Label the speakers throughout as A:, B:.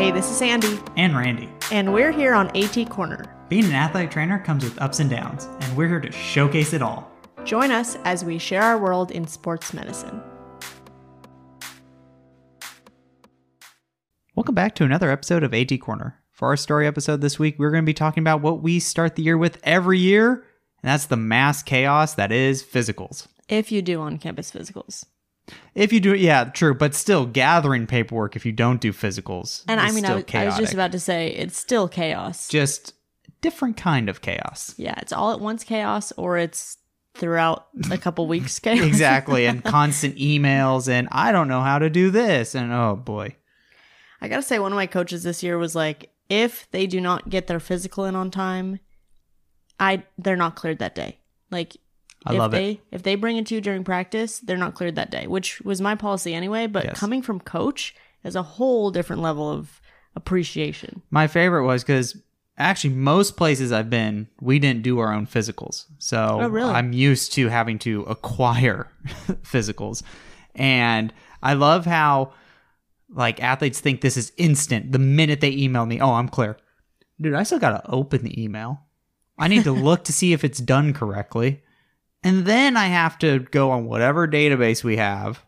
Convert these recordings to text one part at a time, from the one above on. A: Hey, this is Andy,
B: and Randy.
A: and we're here on AT Corner.
B: Being an athletic trainer comes with ups and downs, and we're here to showcase it all.
A: Join us as we share our world in sports medicine.
B: Welcome back to another episode of AT Corner. For our story episode this week, we're going to be talking about what we start the year with every year, and that's the mass chaos that is physicals.
A: If you do on campus physicals.
B: If you do it, yeah, true, but still gathering paperwork if you don't do physicals.
A: And I
B: is
A: mean, I
B: still
A: was, I was just
B: chaotic.
A: about to say it's still chaos.
B: Just different kind of chaos.
A: yeah, it's all at once chaos or it's throughout a couple weeks chaos.
B: Exactly, and constant emails, and I don't know how to do this, and oh boy.
A: I gotta say, one of my coaches this year was like, if they do not get their physical in on time, I they're not cleared that day. Like,
B: I
A: if
B: love it.
A: they if they bring it to you during practice, they're not cleared that day, which was my policy anyway. But
B: Yes.
A: coming from coach is a whole different level of appreciation.
B: My favorite was because actually most places I've been, we didn't do our own physicals. So
A: Oh, really?
B: I'm used to having to acquire physicals. And I love how like athletes think this is instant. The minute they email me, oh, I'm clear. Dude, I still got to open the email. I need to look to see if it's done correctly. And then I have to go on whatever database we have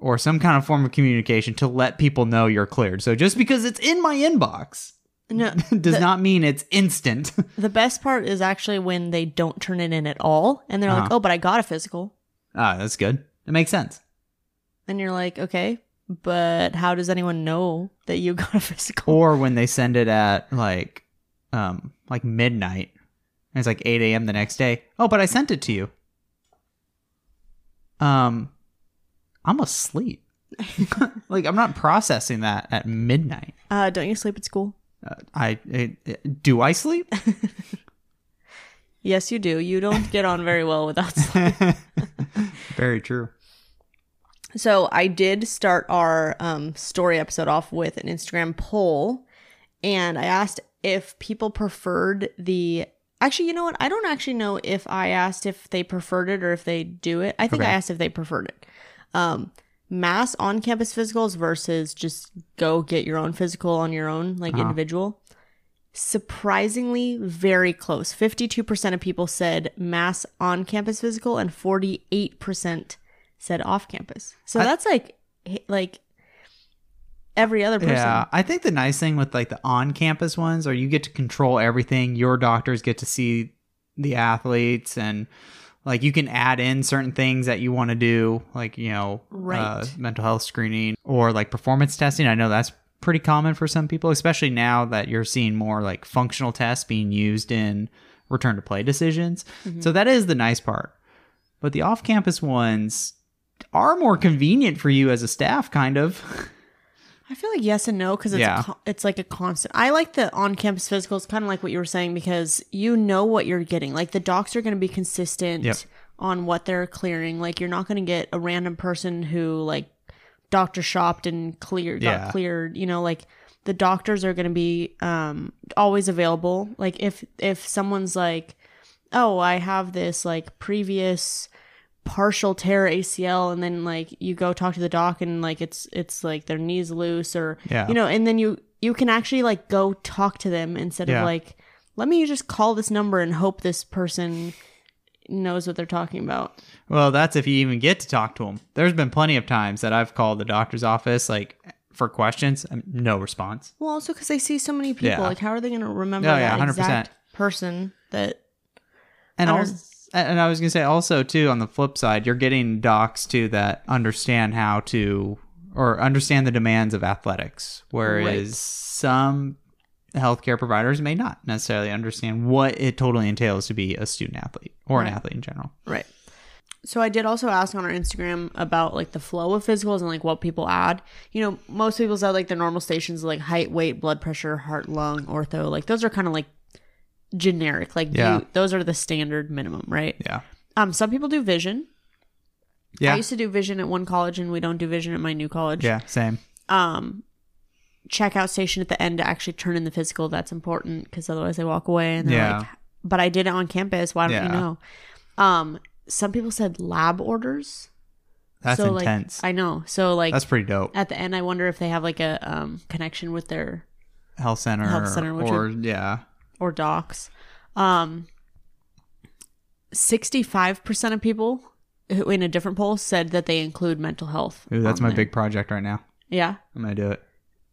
B: or some kind of form of communication to let people know you're cleared. So just because it's in my inbox
A: No,
B: does
A: the,
B: not mean it's instant.
A: the best part is actually when they don't turn it in at all, and they're like,
B: Uh-huh.
A: "Oh, but I got a physical,"
B: ah, that's good. It makes sense.
A: and you're like, "Okay." But how does anyone know that you got a physical?
B: Or when they send it at like, um, like midnight, and it's like eight a.m. the next day. Oh, but I sent it to you. Um, I'm asleep. like I'm not processing that at midnight.
A: Uh, don't you sleep at school?
B: Uh, I it, it- do I sleep?
A: Yes, you do. You don't get on very well without sleep.
B: Very true.
A: So I did start our um, story episode off with an Instagram poll, and I asked if people preferred the. Actually, you know what? I don't actually know if I asked if they preferred it or if they do it. I think
B: Okay.
A: I asked if they preferred it. Um, mass on campus physicals versus just go get your own physical on your own, like
B: Uh-huh.
A: individual. Surprisingly, very close. 52% of people said mass on campus physical, and 48% said off campus. So
B: I-
A: that's like h- like every other person.
B: Yeah, I think the nice thing with like the on-campus ones are you get to control everything. Your doctors get to see the athletes, and like you can add in certain things that you want to do, like you know, uh,
A: Right.
B: mental health screening or like performance testing. I know that's pretty common for some people, especially now that you're seeing more like functional tests being used in return to play decisions.
A: Mm-hmm.
B: So that is the nice part. But the off-campus ones are more convenient for you as a staff, kind of.
A: I feel like yes and no because it's
B: Yeah.
A: a con- it's like a constant. I like the on campus physicals, kind of like what you were saying because you know what you're getting. Like the docs are going to be consistent
B: Yep.
A: on what they're clearing. Like you're not going to get a random person who like doctor shopped and cleared,
B: Yeah.
A: got cleared. You know, like the doctors are going to be um always available. Like if if someone's like, oh, I have this like previous partial tear ACL and then like you go talk to the doc and like it's it's like their knees loose or
B: Yeah.
A: you know and then you you can actually like go talk to them instead
B: Yeah.
A: of like let me just call this number and hope this person knows what they're talking about.
B: Well, that's if you even get to talk to them. There's been plenty of times that I've called the doctor's office like for questions, and no response.
A: Well, also cuz they see so many people
B: Yeah.
A: like how are they going to remember
B: Oh, yeah,
A: that
B: 100%.
A: exact person that
B: And
A: I don't-
B: also, and I was gonna say also too on the flip side, you're getting docs too that understand how to or understand the demands of athletics, whereas
A: Right.
B: some healthcare providers may not necessarily understand what it totally entails to be a student athlete or an
A: Right.
B: athlete in general.
A: Right. So I did also ask on our Instagram about like the flow of physicals and like what people add. You know, most people said like the normal stations like height, weight, blood pressure, heart, lung, ortho. Like those are kind of like generic. Like
B: Yeah.
A: you, those are the standard minimum, right?
B: Yeah.
A: Um, some people do vision. I
B: Yeah.
A: used to do vision at one college, and we don't do vision at my new college.
B: Yeah. Same.
A: Um, checkout station at the end to actually turn in the physical. That's important because otherwise they walk away and they're
B: Yeah.
A: like, "But I did it on campus. Why don't
B: Yeah.
A: you know?" Um, some people said lab orders.
B: That's
A: so
B: intense.
A: like I know. So like
B: That's pretty dope.
A: at the end I wonder if they have like a um connection with their
B: Health center,
A: Health center, which
B: or yeah,
A: or docs. Um 65% of people who in a different poll said that they include mental health.
B: Ooh, that's
A: on
B: my
A: there.
B: big project right now.
A: Yeah.
B: I'm gonna do it.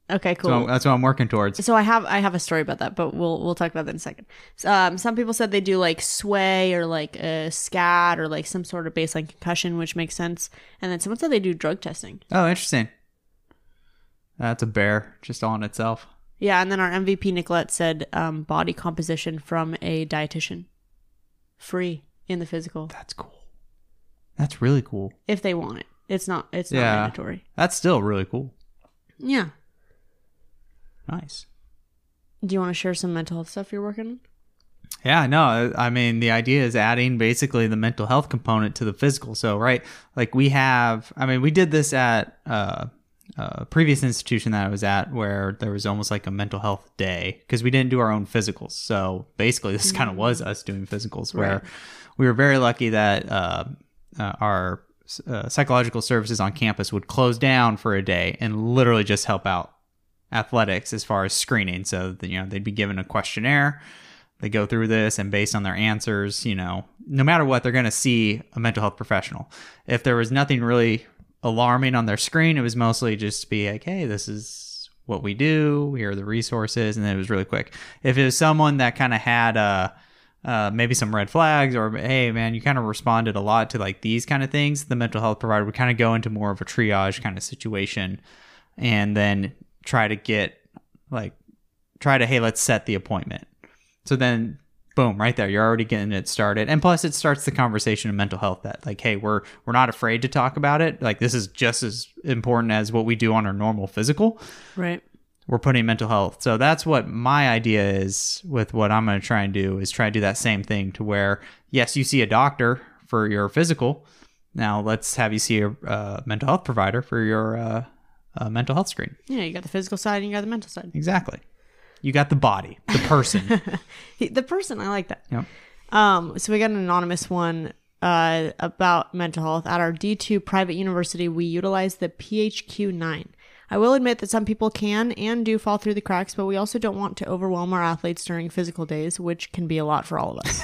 A: Okay, cool.
B: So uh, that's what I'm working towards.
A: So I have I have a story about that, but we'll we'll talk about that in a second. So, um, some people said they do like sway or like a scat or like some sort of baseline concussion, which makes sense. And then someone said they do drug testing.
B: Oh, interesting. That's a bear just all in itself.
A: Yeah, and then our MVP Nicolette said um, body composition from a dietitian, free in the physical
B: That's cool. That's really cool.
A: if they want it. It's not it's not
B: Yeah.
A: mandatory.
B: That's still really cool.
A: Yeah.
B: Nice.
A: Do you want to share some mental health stuff you're working on?
B: Yeah, no, I I mean, the idea is adding basically the mental health component to the physical. So, right, like we have, I mean, we did this at uh, a previous institution that I was at where there was almost like a mental health day because we didn't do our own physicals. So, basically, this kind of was us doing physicals where
A: Right.
B: we were very lucky that uh, uh, our uh, psychological services on campus would close down for a day and literally just help out athletics as far as screening. So, that, you know, they'd be given a questionnaire they go through this and based on their answers you know no matter what they're going to see a mental health professional if there was nothing really alarming on their screen it was mostly just to be like hey this is what we do here are the resources and then it was really quick if it was someone that kind of had uh uh, maybe some red flags or hey man you kind of responded a lot to like these kind of things the mental health provider would kind of go into more of a triage kind of situation and then try to get like try to hey let's set the appointment so then, boom, right there, you're already getting it started. And plus, it starts the conversation of mental health that, like, hey, we're we're not afraid to talk about it. Like, this is just as important as what we do on our normal physical.
A: Right.
B: We're putting mental health. So that's what my idea is with what I'm going to try and do is try and do that same thing to where, yes, you see a doctor for your physical. Now let's have you see a uh, mental health provider for your uh, uh, mental health screen.
A: Yeah, you got the physical side and you got the mental side.
B: Exactly. You got the body, the person.
A: The person, I like that.
B: Yep.
A: Um, so we got an anonymous one uh, about mental health. At our D2 private university, we utilize the PHQ9. I will admit that some people can and do fall through the cracks, but we also don't want to overwhelm our athletes during physical days, which can be a lot for all of us.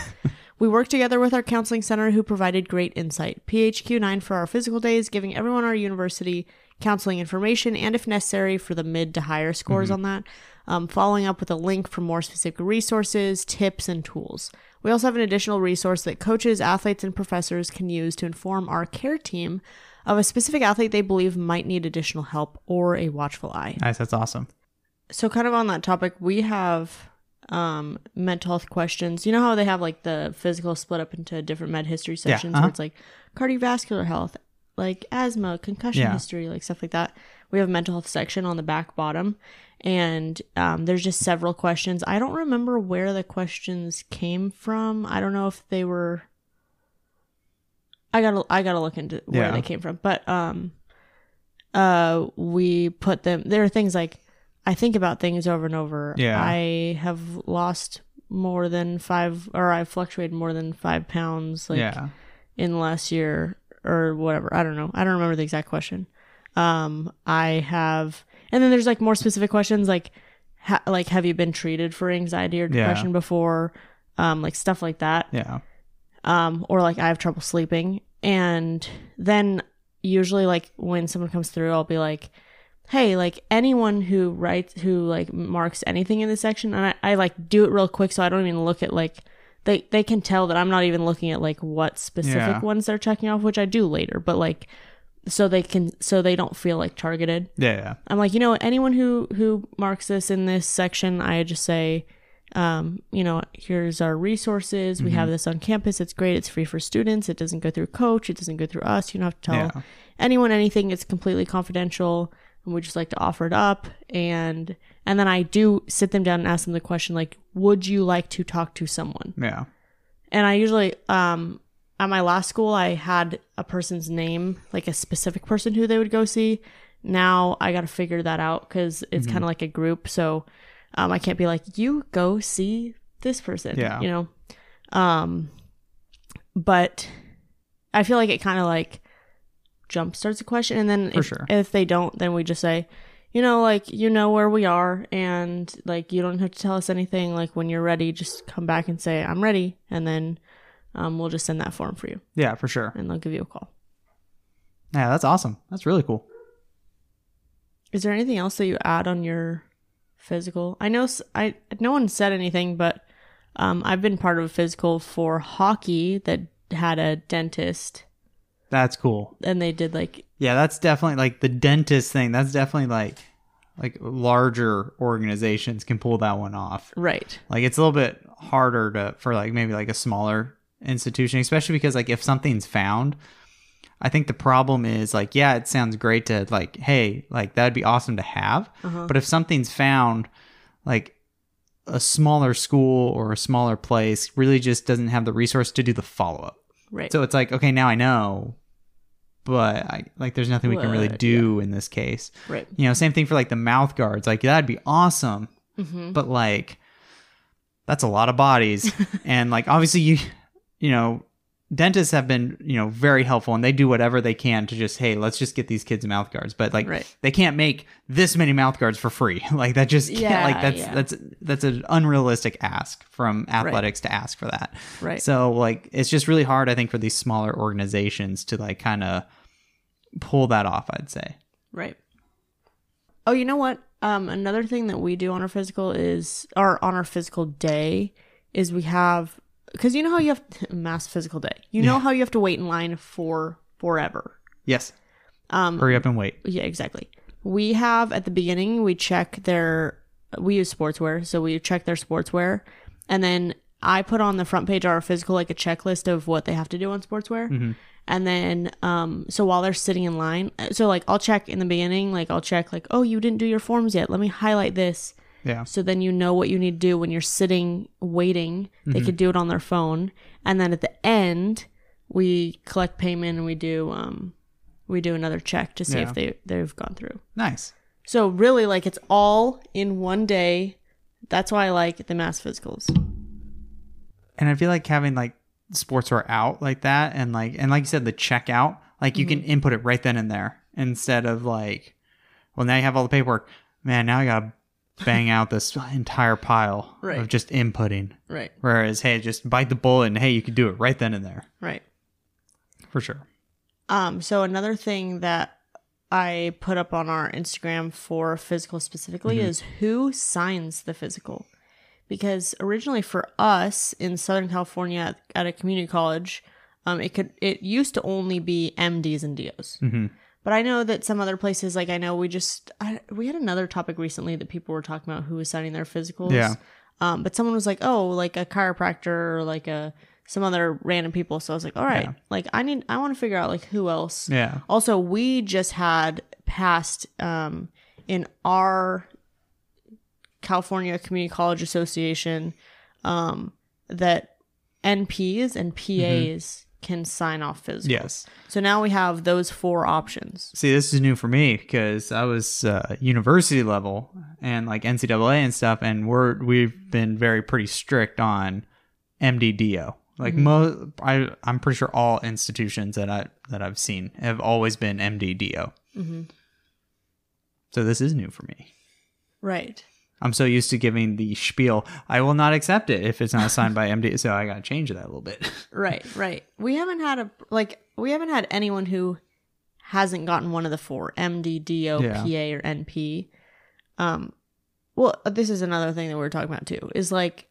A: we worked together with our counseling center who provided great insight. PHQ9 for our physical days, giving everyone our university counseling information and, if necessary, for the mid to higher scores on that. Um, following up with a link for more specific resources, tips, and tools. We also have an additional resource that coaches, athletes, and professors can use to inform our care team of a specific athlete they believe might need additional help or a watchful eye.
B: nice. That's awesome.
A: So, kind of on that topic, we have um, mental health questions. You know how they have like the physical split up into different med history sections
B: uh-huh.
A: where it's like cardiovascular health, like asthma, concussion
B: Yeah.
A: history, like stuff like that. We have a mental health section on the back bottom, and um, there's just several questions. I don't remember where the questions came from. I don't know if they were. I gotta I gotta look into where
B: Yeah.
A: they came from, but um, uh, we put them. There are things like I think about things over and over.
B: Yeah.
A: I have lost more than five, or I've fluctuated more than five pounds, like
B: yeah.
A: in the last year or whatever. I don't know. I don't remember the exact question. Um, I have, and then there's like more specific questions, like, ha- like have you been treated for anxiety or
B: Yeah.
A: depression before? Um, like stuff like that
B: Yeah.
A: um, or like I have trouble sleeping. And then usually, like when someone comes through, I'll be like, "Hey, like anyone who writes, who like marks anything in this section," and I, I like do it real quick, so I don't even look at like they they can tell that I'm not even looking at like what specific
B: Yeah.
A: ones they're checking off, which I do later, but like so they can so they don't feel like targeted.
B: Yeah, yeah.
A: I'm like, you know, anyone who who marks this in this section, I just say, um, you know, here's our resources. We have this on campus. It's great. It's free for students. It doesn't go through coach. It doesn't go through us. You don't have to tell
B: Yeah.
A: anyone anything. It's completely confidential, and we just like to offer it up. And and then I do sit them down and ask them the question like, would you like to talk to someone?
B: Yeah.
A: and I usually um at my last school I had a person's name, like a specific person who they would go see. Now I got to figure that out cuz it's kind of like a group, so um I can't be like you go see this person,
B: Yeah.
A: you know. Um but I feel like it kind of like jump starts a question and then
B: For
A: if,
B: sure.
A: if they don't then we just say you know like you know where we are and like you don't have to tell us anything like when you're ready just come back and say i'm ready and then um, we'll just send that form for you
B: Yeah, for sure.
A: and they'll give you a call
B: Yeah, that's awesome. That's really cool.
A: Is there anything else that you add on your physical? I know s- I no one said anything, but um, I've been part of a physical for hockey that had a dentist,
B: That's cool.
A: and they did like
B: Yeah, that's definitely like the dentist thing. That's definitely like like larger organizations can pull that one off.
A: right,
B: Like it's a little bit harder to for like maybe like a smaller institution, especially because like if something's found, I think the problem is like yeah, it sounds great to like hey, like that'd be awesome to have,
A: uh-huh.
B: but if something's found like a smaller school or a smaller place really just doesn't have the resource to do the follow up.
A: right,
B: So it's like, okay, now I know, but I, like, there's nothing we can really
A: But,
B: do in this case.
A: right,
B: You know, same thing for like the mouth guards. Like, that'd be awesome,
A: mm-hmm.
B: but like, that's a lot of bodies, and like, obviously, you, you know, dentists have been, you know, very helpful, and they do whatever they can to just, hey, let's just get these kids mouth guards. But like,
A: Right.
B: they can't make this many mouth guards for free. like, that just can't.
A: Yeah,
B: like, that's
A: yeah.
B: that's that's an unrealistic ask from athletics to ask for that.
A: right,
B: So like it's just really hard I think for these smaller organizations to like kind of pull that off, I'd say.
A: right. Oh, you know what? Um, another thing that we do on our physical is, or on our physical day, is we have because you know how you have mass physical day. You know
B: Yeah.
A: how you have to wait in line for forever.
B: Yes.
A: Um,
B: Hurry up and wait.
A: Yeah, exactly. We have at the beginning we check their we use sportswear, so we check their sportswear and then I put on the front page of our physical like a checklist of what they have to do on sportswear. And then um so while they're sitting in line, uh, so like I'll check in the beginning, like I'll check like oh you didn't do your forms yet. Let me highlight this.
B: Yeah.
A: So then you know what you need to do when you're sitting waiting. They could do it on their phone, and then at the end, we collect payment and we do um, we do another check to see
B: Yeah.
A: if they they've gone through.
B: Nice.
A: So really, like it's all in one day. That's why I like the mass physicals.
B: And I feel like having like sportswear out like that and like and like you said the checkout, like you can input it right then and there instead of like well now you have all the paperwork. Man, now I got to bang out this entire pile
A: Right.
B: of just inputting.
A: Right.
B: Whereas hey, just bite the bullet and hey, you could do it right then and there.
A: Right.
B: For sure.
A: Um, so another thing that I put up on our Instagram for physical specifically is who signs the physical. Because originally for us in Southern California at, at a community college, um, it could it used to only be MDs and DOs.
B: Mhm.
A: But I know that some other places, like I know we just I, we had another topic recently that people were talking about who was signing their physicals.
B: Yeah.
A: Um, but someone was like, "Oh, like a chiropractor or like a some other random people." So I was like, "All right,
B: Yeah.
A: like I need I want to figure out like who else."
B: Yeah.
A: Also, we just had passed um, in our California Community College Association um, that NPs and PAs
B: Mm-hmm.
A: can sign off physical.
B: Yes.
A: So now we have those four options.
B: See, this is new for me because I was uh, university level and like NCAA and stuff, and we're we've been very pretty strict on MDDO. Like mo, I I'm pretty sure all institutions that I that I've seen have always been MDDO.
A: Mm-hmm.
B: So this is new for me.
A: Right.
B: I'm so used to giving the spiel. I will not accept it if it's not signed by MD. So I got to change that a little bit.
A: Right, right. We haven't had a like we haven't had anyone who hasn't gotten one of the four MD, DO,
B: Yeah.
A: PA, or NP. Um, well, this is another thing that we are talking about too. Is like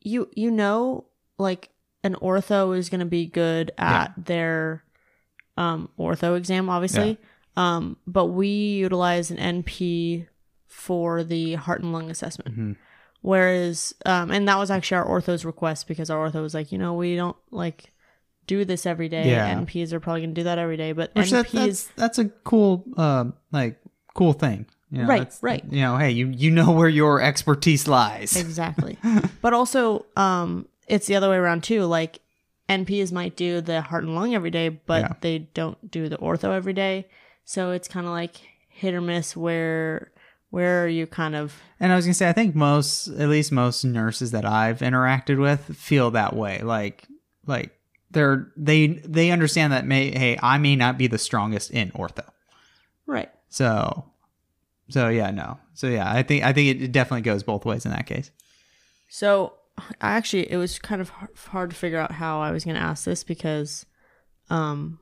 A: you you know like an ortho is going to be good at their um ortho exam, obviously. Um, but we utilize an NP for the heart and lung assessment.
B: Mhm.
A: Whereas, um, and that was actually our ortho's request because our ortho was like, you know, we don't like do this every day.
B: Yeah.
A: NPs are probably gonna do that every day, but
B: Which that,
A: NPs,
B: that's that's a cool uh, like cool thing. You know,
A: Right,
B: that's-
A: right.
B: You know, hey, you you know where your expertise lies.
A: exactly. but also, um, it's the other way around too. Like NPs might do the heart and lung every day, but
B: Yeah.
A: they don't do the ortho every day. So it's kind of like hit or miss. Where where are you kind of
B: And I was gonna say, I think most, at least most nurses that I've interacted with, feel that way. Like, like they're they they understand that may hey I may not be the strongest in ortho.
A: Right.
B: So so yeah, no. So yeah, I think I think it definitely goes both ways in that case.
A: So I actually it was kind of har- hard to figure out how I was going to ask this because um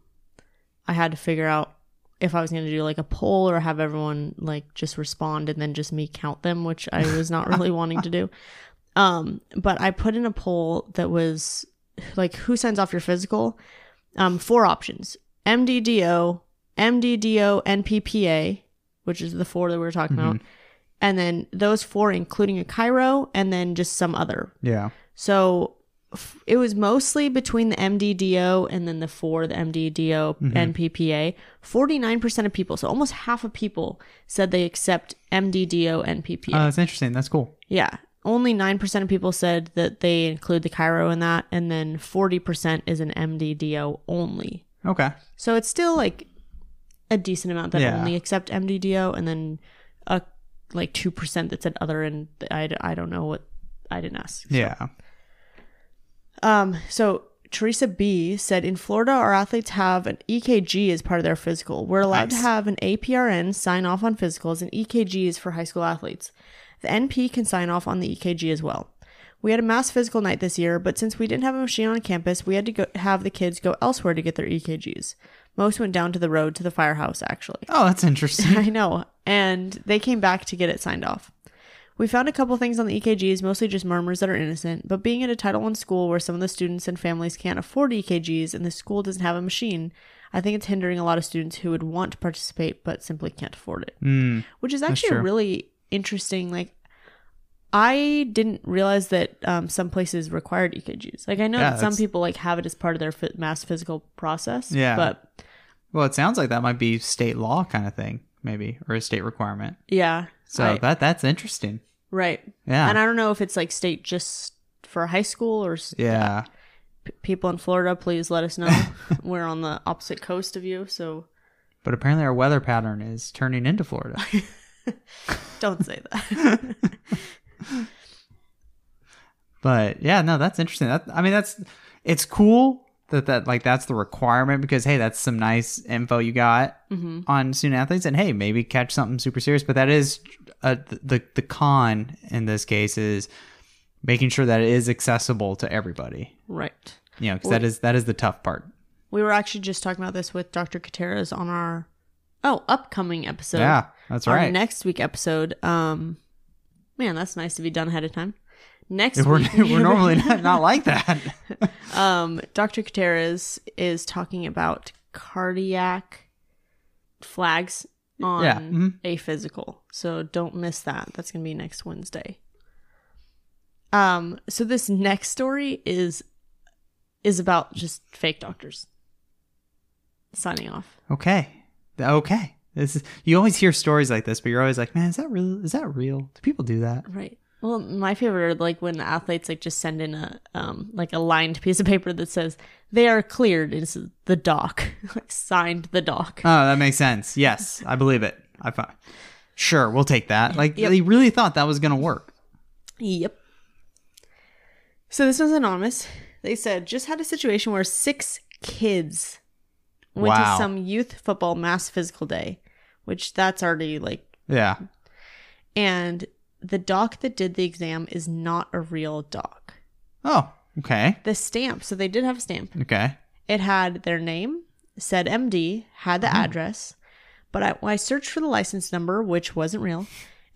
A: I had to figure out if I was going to do like a poll or have everyone like just respond and then just me count them, which I was not really wanting to do. Um but I put in a poll that was like who signs off your physical? Um four options. MDDO, MDDO NPPA, which is the four that we were talking about and then those four including a Cairo and then just some other.
B: Yeah.
A: So f- it was mostly between the MDDO and then the four, the MDDO NPPA. 49% of people, so almost half of people said they accept MDDO NPPA.
B: Uh, that's interesting. That's cool.
A: yeah. Only 9% of people said that they include the Cairo in that and then 40% is an MDDO only.
B: Okay.
A: So it's still like a decent amount that
B: Yeah.
A: only accept MDDO, and then a like two percent that said other, and I, I don't know what I didn't ask.
B: Yeah.
A: Um. So Teresa B said in Florida, our athletes have an EKG as part of their physical. We're allowed to
B: Nice.
A: have an APRN sign off on physicals, and EKG is for high school athletes. The NP can sign off on the EKG as well. We had a mass physical night this year, but since we didn't have a machine on campus, we had to go- have the kids go elsewhere to get their EKGs. Most went down to the road to the firehouse, actually.
B: Oh, that's interesting.
A: I know. And they came back to get it signed off. We found a couple things on the EKGs, mostly just murmurs that are innocent, but being at a Title I school where some of the students and families can't afford EKGs and the school doesn't have a machine, I think it's hindering a lot of students who would want to participate but simply can't afford it.
B: Mm,
A: Which is actually a
B: true.
A: really interesting, like, I didn't realize that um, some places required EKGs. Like, I know
B: Yeah,
A: that some
B: that's-
A: people, like, have it as part of their phy- mass physical process.
B: Yeah.
A: But
B: well, it sounds like that might be state law kind of thing, maybe, or a state requirement.
A: yeah.
B: So
A: I-
B: that that's interesting.
A: right.
B: Yeah.
A: And I don't know if it's like state just for high school or s-
B: yeah.
A: p- people in Florida. Please let us know. We're on the opposite coast of you, so
B: But apparently our weather pattern is turning into Florida.
A: don't say that.
B: but yeah, no, that's interesting. That, I mean, that's it's cool that that like that's the requirement because hey, that's some nice info you got
A: hmm
B: on student athletes, and hey, maybe catch something super serious. But that is uh, the the con in this case is making sure that it is accessible to everybody.
A: Right.
B: You know, because that is that is the tough part.
A: We were actually just talking about this with Dr. Kateras on our oh upcoming episode.
B: yeah, that's
A: our
B: right.
A: next week episode. Um, man, that's nice to be done ahead of time. Next
B: If we're,
A: week,
B: we're normally not, not like that.
A: um, Dr. Kateras is talking about cardiac flags on
B: Yeah, mhm.
A: a physical. So don't miss that. That's going to be next Wednesday. Um, so this next story is is about just fake doctors signing off.
B: Okay. Th- Okay. This is you always hear stories like this, but you're always like, man, is that real? Is that real? Do people do that?
A: Right. Well, my favorite are like when the athletes like just send in a um like a lined piece of paper that says they are cleared is the doc, like signed the doc.
B: Oh, that makes sense. Yes, I believe it. I fi- sure we'll take that. Like
A: Yep.
B: they really thought that was gonna work.
A: Yep. So this was anonymous. They said just had a situation where six kids went
B: Wow.
A: to some youth football mass physical day, which that's already like
B: Yeah.
A: and the doc that did the exam is not a real doc.
B: Oh. Okay.
A: The stamp, so they did have a stamp.
B: Okay.
A: It had their name, said MD, had
B: Mm-hmm.
A: the address, but I, I searched for the license number, which wasn't real,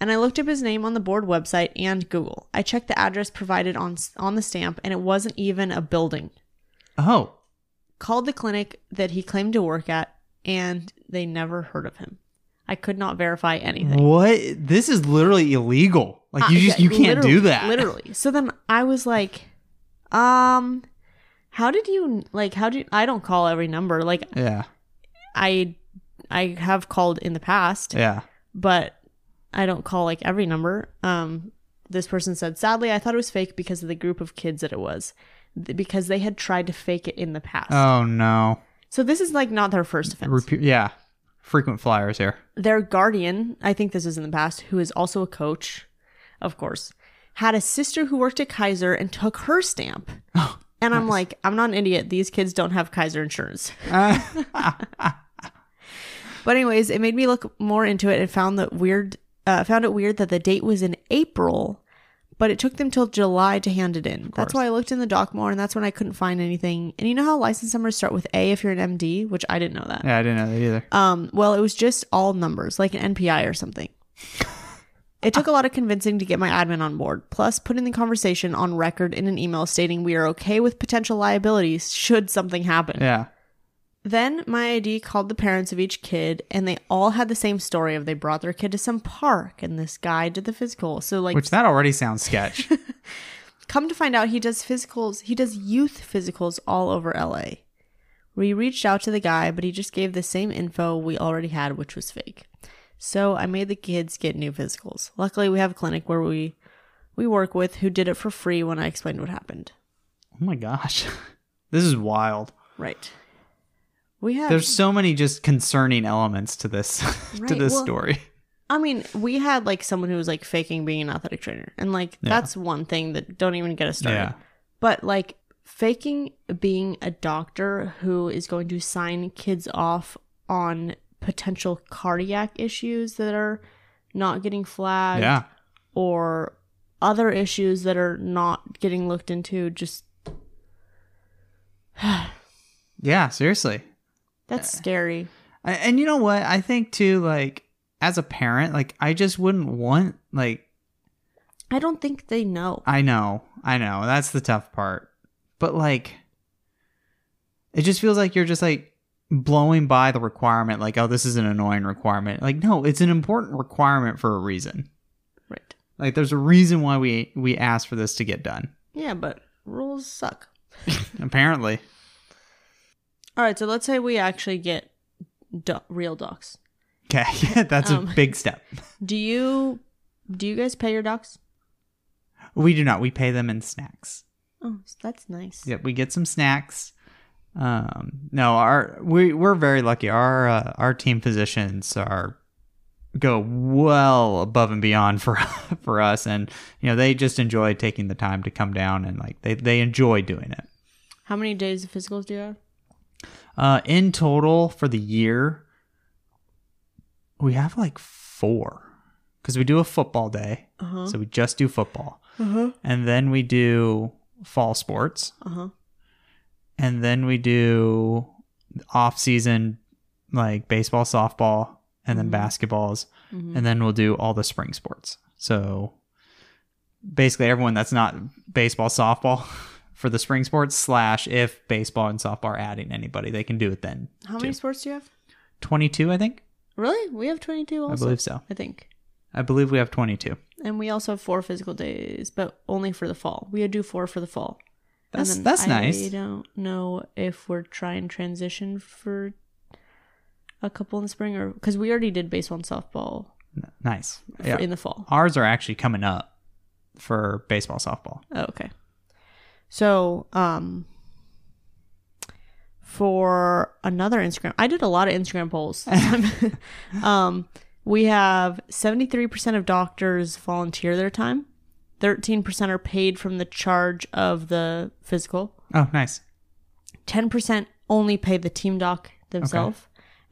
A: and I looked up his name on the board website and Google. I checked the address provided on s- on the stamp, and it wasn't even a building.
B: Oh.
A: Called the clinic that he claimed to work at, and they never heard of him. I could not verify anything.
B: What? This is literally illegal. Like you
A: Uh,
B: just
A: yeah,
B: you can't
A: literally-
B: do that.
A: Literally. So then I was like, um, how did you like? How do you, I don't call every number like.
B: Yeah.
A: I I have called in the past,
B: Yeah.
A: but I don't call like every number. Um this person said, "Sadly, I thought it was fake because of the group of kids that it was, th- because they had tried to fake it in the past.
B: Oh no.
A: so this is like not their first offense.
B: Repu- yeah. Frequent flyers here.
A: their guardian, I think this was in the past, who is also a coach, of course, had a sister who worked at Kaiser and took her stamp. And I'm like, I'm not an idiot. These kids don't have Kaiser insurance. But anyways, it made me look more into it and found that weird. Uh, found it weird that the date was in April, but it took them till July to hand it in. That's
B: course.
A: why I looked in the doc more, and that's when I couldn't find anything. And you know how license numbers start with A if you're an MD, which I didn't know that.
B: yeah, I didn't know that either.
A: Um, well, it was just all numbers, like an NPI or something. It took a lot of convincing to get my admin on board, plus putting the conversation on record in an email stating we are okay with potential liabilities should something happen.
B: Yeah.
A: Then my ID called the parents of each kid, and they all had the same story of they brought their kid to some park, and this guy did the physical. So like,
B: Which that already sounds sketch.
A: come to find out, he does physicals. He does youth physicals all over LA. We reached out to the guy, but he just gave the same info we already had, which was fake. So I made the kids get new physicals. Luckily, we have a clinic where we we work with who did it for free when I explained what happened.
B: oh my gosh. This is wild.
A: Right. We have
B: There's so many just concerning elements to this to
A: Right,
B: this
A: well-
B: story.
A: I mean, we had like someone who was like faking being an athletic trainer, and like
B: Yeah.
A: that's one thing that don't even get us started.
B: Yeah.
A: But like faking being a doctor who is going to sign kids off on potential cardiac issues that are not getting flagged
B: Yeah.
A: or other issues that are not getting looked into just
B: Yeah, seriously.
A: that's scary.
B: I- And you know what? I think too like as a parent, like I just wouldn't want like
A: I don't think they know.
B: I know, I know. That's the tough part. But like, it just feels like you're just like blowing by the requirement. Like, oh, this is an annoying requirement. Like, no, it's an important requirement for a reason.
A: Right.
B: Like, there's a reason why we we asked for this to get done.
A: Yeah, but rules suck.
B: Apparently,
A: All right, so let's say we actually get do- real docs.
B: okay, that's
A: Um.
B: a big step.
A: Do you do you guys pay your docs?
B: We do not. We pay them in snacks.
A: Oh, s- that's nice.
B: Yep, we get some snacks. Um, no, our we we're very lucky. Our uh, our team physicians are go well above and beyond for for us, and you know they just enjoy taking the time to come down and like they they enjoy doing it.
A: How many days of physicals do you have?
B: Uh, in total for the year, we have like four because we do a football day,
A: Uh huh.
B: so we just do football,
A: Uh huh.
B: and then we do fall sports.
A: Uh huh.
B: and then we do off season like baseball, softball, and then
A: Mhm.
B: basketballs,
A: Mhm.
B: and then we'll do all the spring sports. So basically, everyone that's not baseball, softball for the spring sports slash if baseball and softball are adding anybody, they can do it then.
A: How many sports do you have?
B: Twenty two, I think.
A: Really? We have twenty two. Also,
B: I believe so.
A: I think,
B: I believe we have twenty two.
A: and we also have four physical days, but only for the fall. We do four for the fall. And
B: That's
A: then
B: that's
A: I
B: nice.
A: don't know if we're trying transition for a couple in the spring or because we already did baseball and softball
B: N- Nice.
A: for-
B: Yeah.
A: in the fall.
B: Ours are actually coming up for baseball, softball.
A: Oh, okay. So, um, for another Instagram, I did a lot of Instagram polls. this time. um, we have 73% of doctors volunteer their time. 13% are paid from the charge of the physical.
B: Oh, nice.
A: 10% only pay the team doc themselves.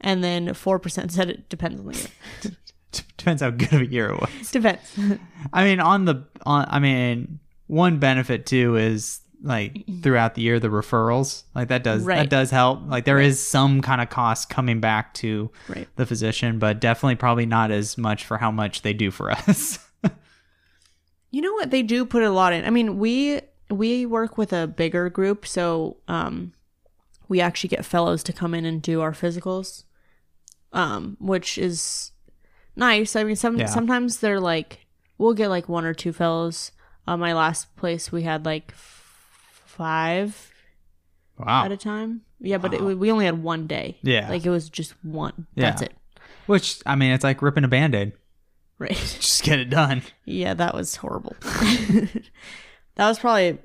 A: And then 4% said it depends on the year.
B: D- depends how good of a year it was.
A: It depends.
B: I mean, on the on, I mean, one benefit too is like throughout the year the referrals, like that does
A: Right.
B: that does help. Like there is some kind of cost coming back to
A: right.
B: the physician, but definitely probably not as much for how much they do for us.
A: You know what? They do put a lot in. I mean, we we work with a bigger group, so um, we actually get fellows to come in and do our physicals, um, which is nice. I mean, some
B: Yeah.
A: sometimes they're like, we'll get like one or two fellows. Uh, my last place, we had like f- five
B: wow.
A: at a time. Yeah, but it,
B: Wow.
A: we only had one day.
B: Yeah.
A: like it was just one.
B: Yeah.
A: That's it.
B: Which I mean, it's like ripping a band-aid.
A: Right.
B: Just get it done.
A: Yeah, that was horrible. that was probably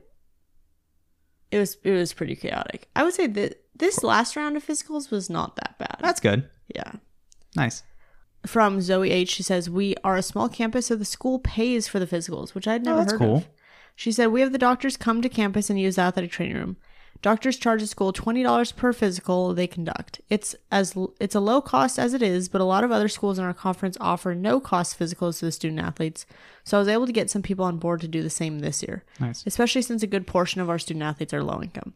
A: it was it was pretty chaotic. I would say that this last round of physicals was not that bad.
B: That's good.
A: yeah.
B: Nice.
A: From Zoe H, she says we are a small campus, so the school pays for the physicals, which I'd never
B: Oh, that's
A: heard
B: cool.
A: of. She said, We have the doctors come to campus and use the athletic training room. Doctors charge the school twenty dollars per physical they conduct. It's as l- it's a low cost as it is, but a lot of other schools in our conference offer no cost physicals to the student athletes. So I was able to get some people on board to do the same this year,
B: Nice.
A: especially since a good portion of our student athletes are low income.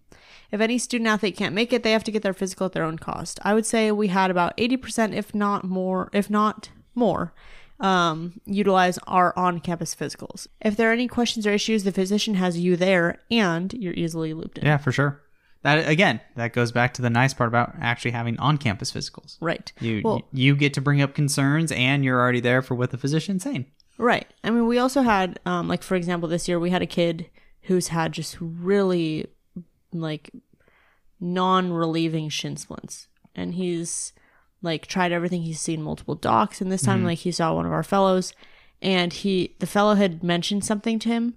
A: If any student athlete can't make it, they have to get their physical at their own cost. I would say we had about eighty percent, if not more, if not more, um, utilize our on campus physicals. If there are any questions or issues, the physician has you there, and you're easily looped in.
B: Yeah, for sure. That again, that goes back to the nice part about actually having on-campus physicals.
A: Right.
B: You
A: Well-
B: you get to bring up concerns, and you're already there for what the physician's saying.
A: Right. I mean, we also had, um, like, for example, this year we had a kid who's had just really, like, non relieving shin splints. And he's, like, tried everything. He's seen multiple docs. And this time, like, he saw one of our fellows. And he, the fellow had mentioned something to him.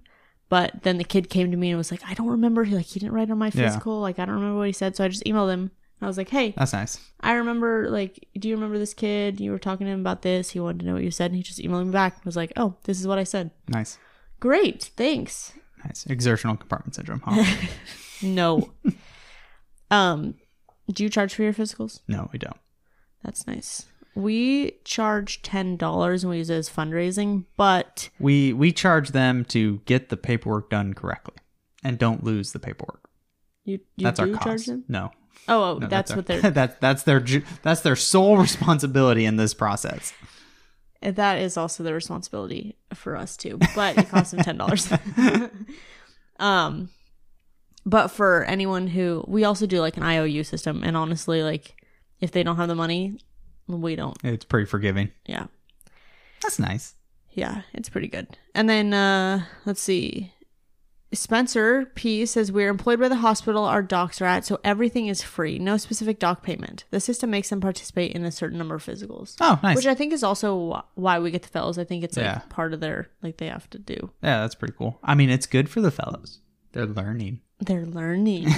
A: But then the kid came to me and was like, I don't remember. Like, he didn't write on my
B: Yeah.
A: physical. Like, I don't remember what he said. So I just emailed him. I was like, hey,
B: That's nice.
A: I remember, like, do you remember this kid? You were talking to him about this. He wanted to know what you said, and he just emailed me back and was like, oh, this is what I said.
B: Nice.
A: Great, thanks.
B: Nice. Exertional compartment syndrome, huh?
A: No. um, do you charge for your physicals?
B: no, we don't.
A: That's nice. We charge $10 and we use it as fundraising, but
B: We we charge them to get the paperwork done correctly and don't lose the paperwork.
A: you, you
B: that's
A: do
B: our cost.
A: charge them?
B: No.
A: Oh, oh
B: no,
A: that's,
B: our-
A: what they're.
B: that that's their ju- that's their sole responsibility in this process.
A: that is also the responsibility for us too but it costs them ten dollars um but for anyone who we also do like an iou system and honestly like if they don't have the money we don't
B: It's pretty forgiving.
A: yeah
B: That's nice.
A: yeah it's pretty good and then uh let's see Spencer P says we're employed by the hospital our docs are at, so everything is free. No specific doc payment. The system makes them participate in a certain number of physicals.
B: Oh, nice.
A: Which I think is also wh- why we get the fellows. I think it's like
B: Yeah.
A: part of their like they have to do.
B: yeah, that's pretty cool. I mean, it's good for the fellows. They're learning.
A: They're learning.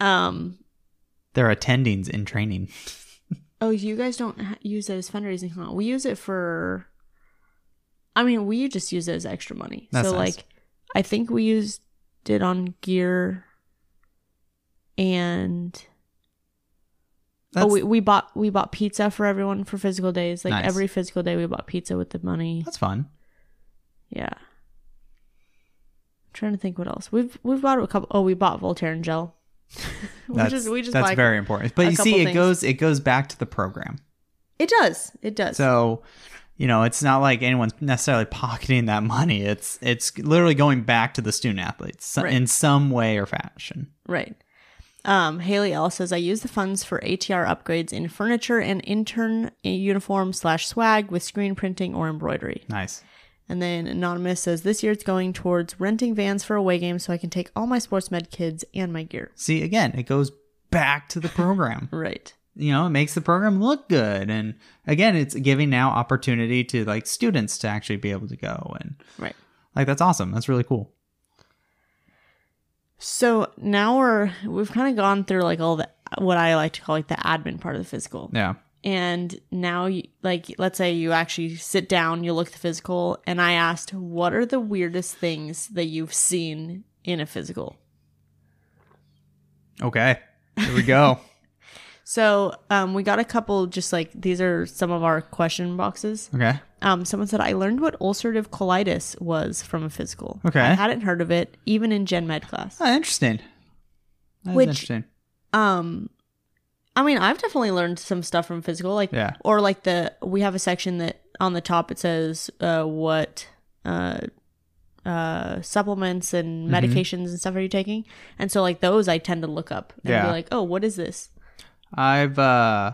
A: um.
B: They're attendings in training.
A: Oh, you guys don't ha- use it as fundraising, huh? We use it for. I mean, we just use it as extra money.
B: That's
A: so
B: nice.
A: like, I think we used it on gear. And oh,
B: That's,
A: we, we bought we bought pizza for everyone for physical days. Like
B: Nice.
A: every physical day, we bought pizza with the money.
B: that's fun.
A: Yeah. I'm trying to think what else. We've we've bought a couple oh we bought Voltaren gel. we
B: That's,
A: just we just
B: that's
A: like
B: very important. But
A: a
B: you see,
A: couple
B: it
A: things.
B: goes it goes back to the program.
A: it does. It does.
B: So, you know, it's not like anyone's necessarily pocketing that money. It's it's literally going back to the student athletes
A: Right.
B: in some way or fashion.
A: right. Um, Haley L says I use the funds for ATR upgrades in furniture and intern eh, uniform slash swag with screen printing or embroidery.
B: Nice.
A: And then Anonymous says this year it's going towards renting vans for away games so I can take all my sports med kids and my gear.
B: See, again, it goes back to the program.
A: Right.
B: you know, it makes the program look good. And again, it's giving now opportunity to like students to actually be able to go and
A: Right.
B: like that's awesome. That's really cool.
A: So now we're we've kind of gone through like all the what I like to call like the admin part of the physical.
B: Yeah.
A: And now you, like let's say you actually sit down, you look at the physical and I asked what are the weirdest things that you've seen in a physical.
B: Okay. Here we go.
A: So, um we got a couple just like these are some of our question boxes.
B: okay.
A: Um, someone said, I learned what ulcerative colitis was from a physical.
B: Okay.
A: I hadn't heard of it, even in gen med class.
B: Oh, interesting. That's
A: Which-
B: interesting.
A: um i mean i've definitely learned some stuff from physical like
B: Yeah.
A: or like the we have a section that on the top it says uh what uh uh supplements and
B: Mm-hmm.
A: medications and stuff are you taking and so like those i tend to look up and
B: Yeah.
A: be like oh what is this
B: I've uh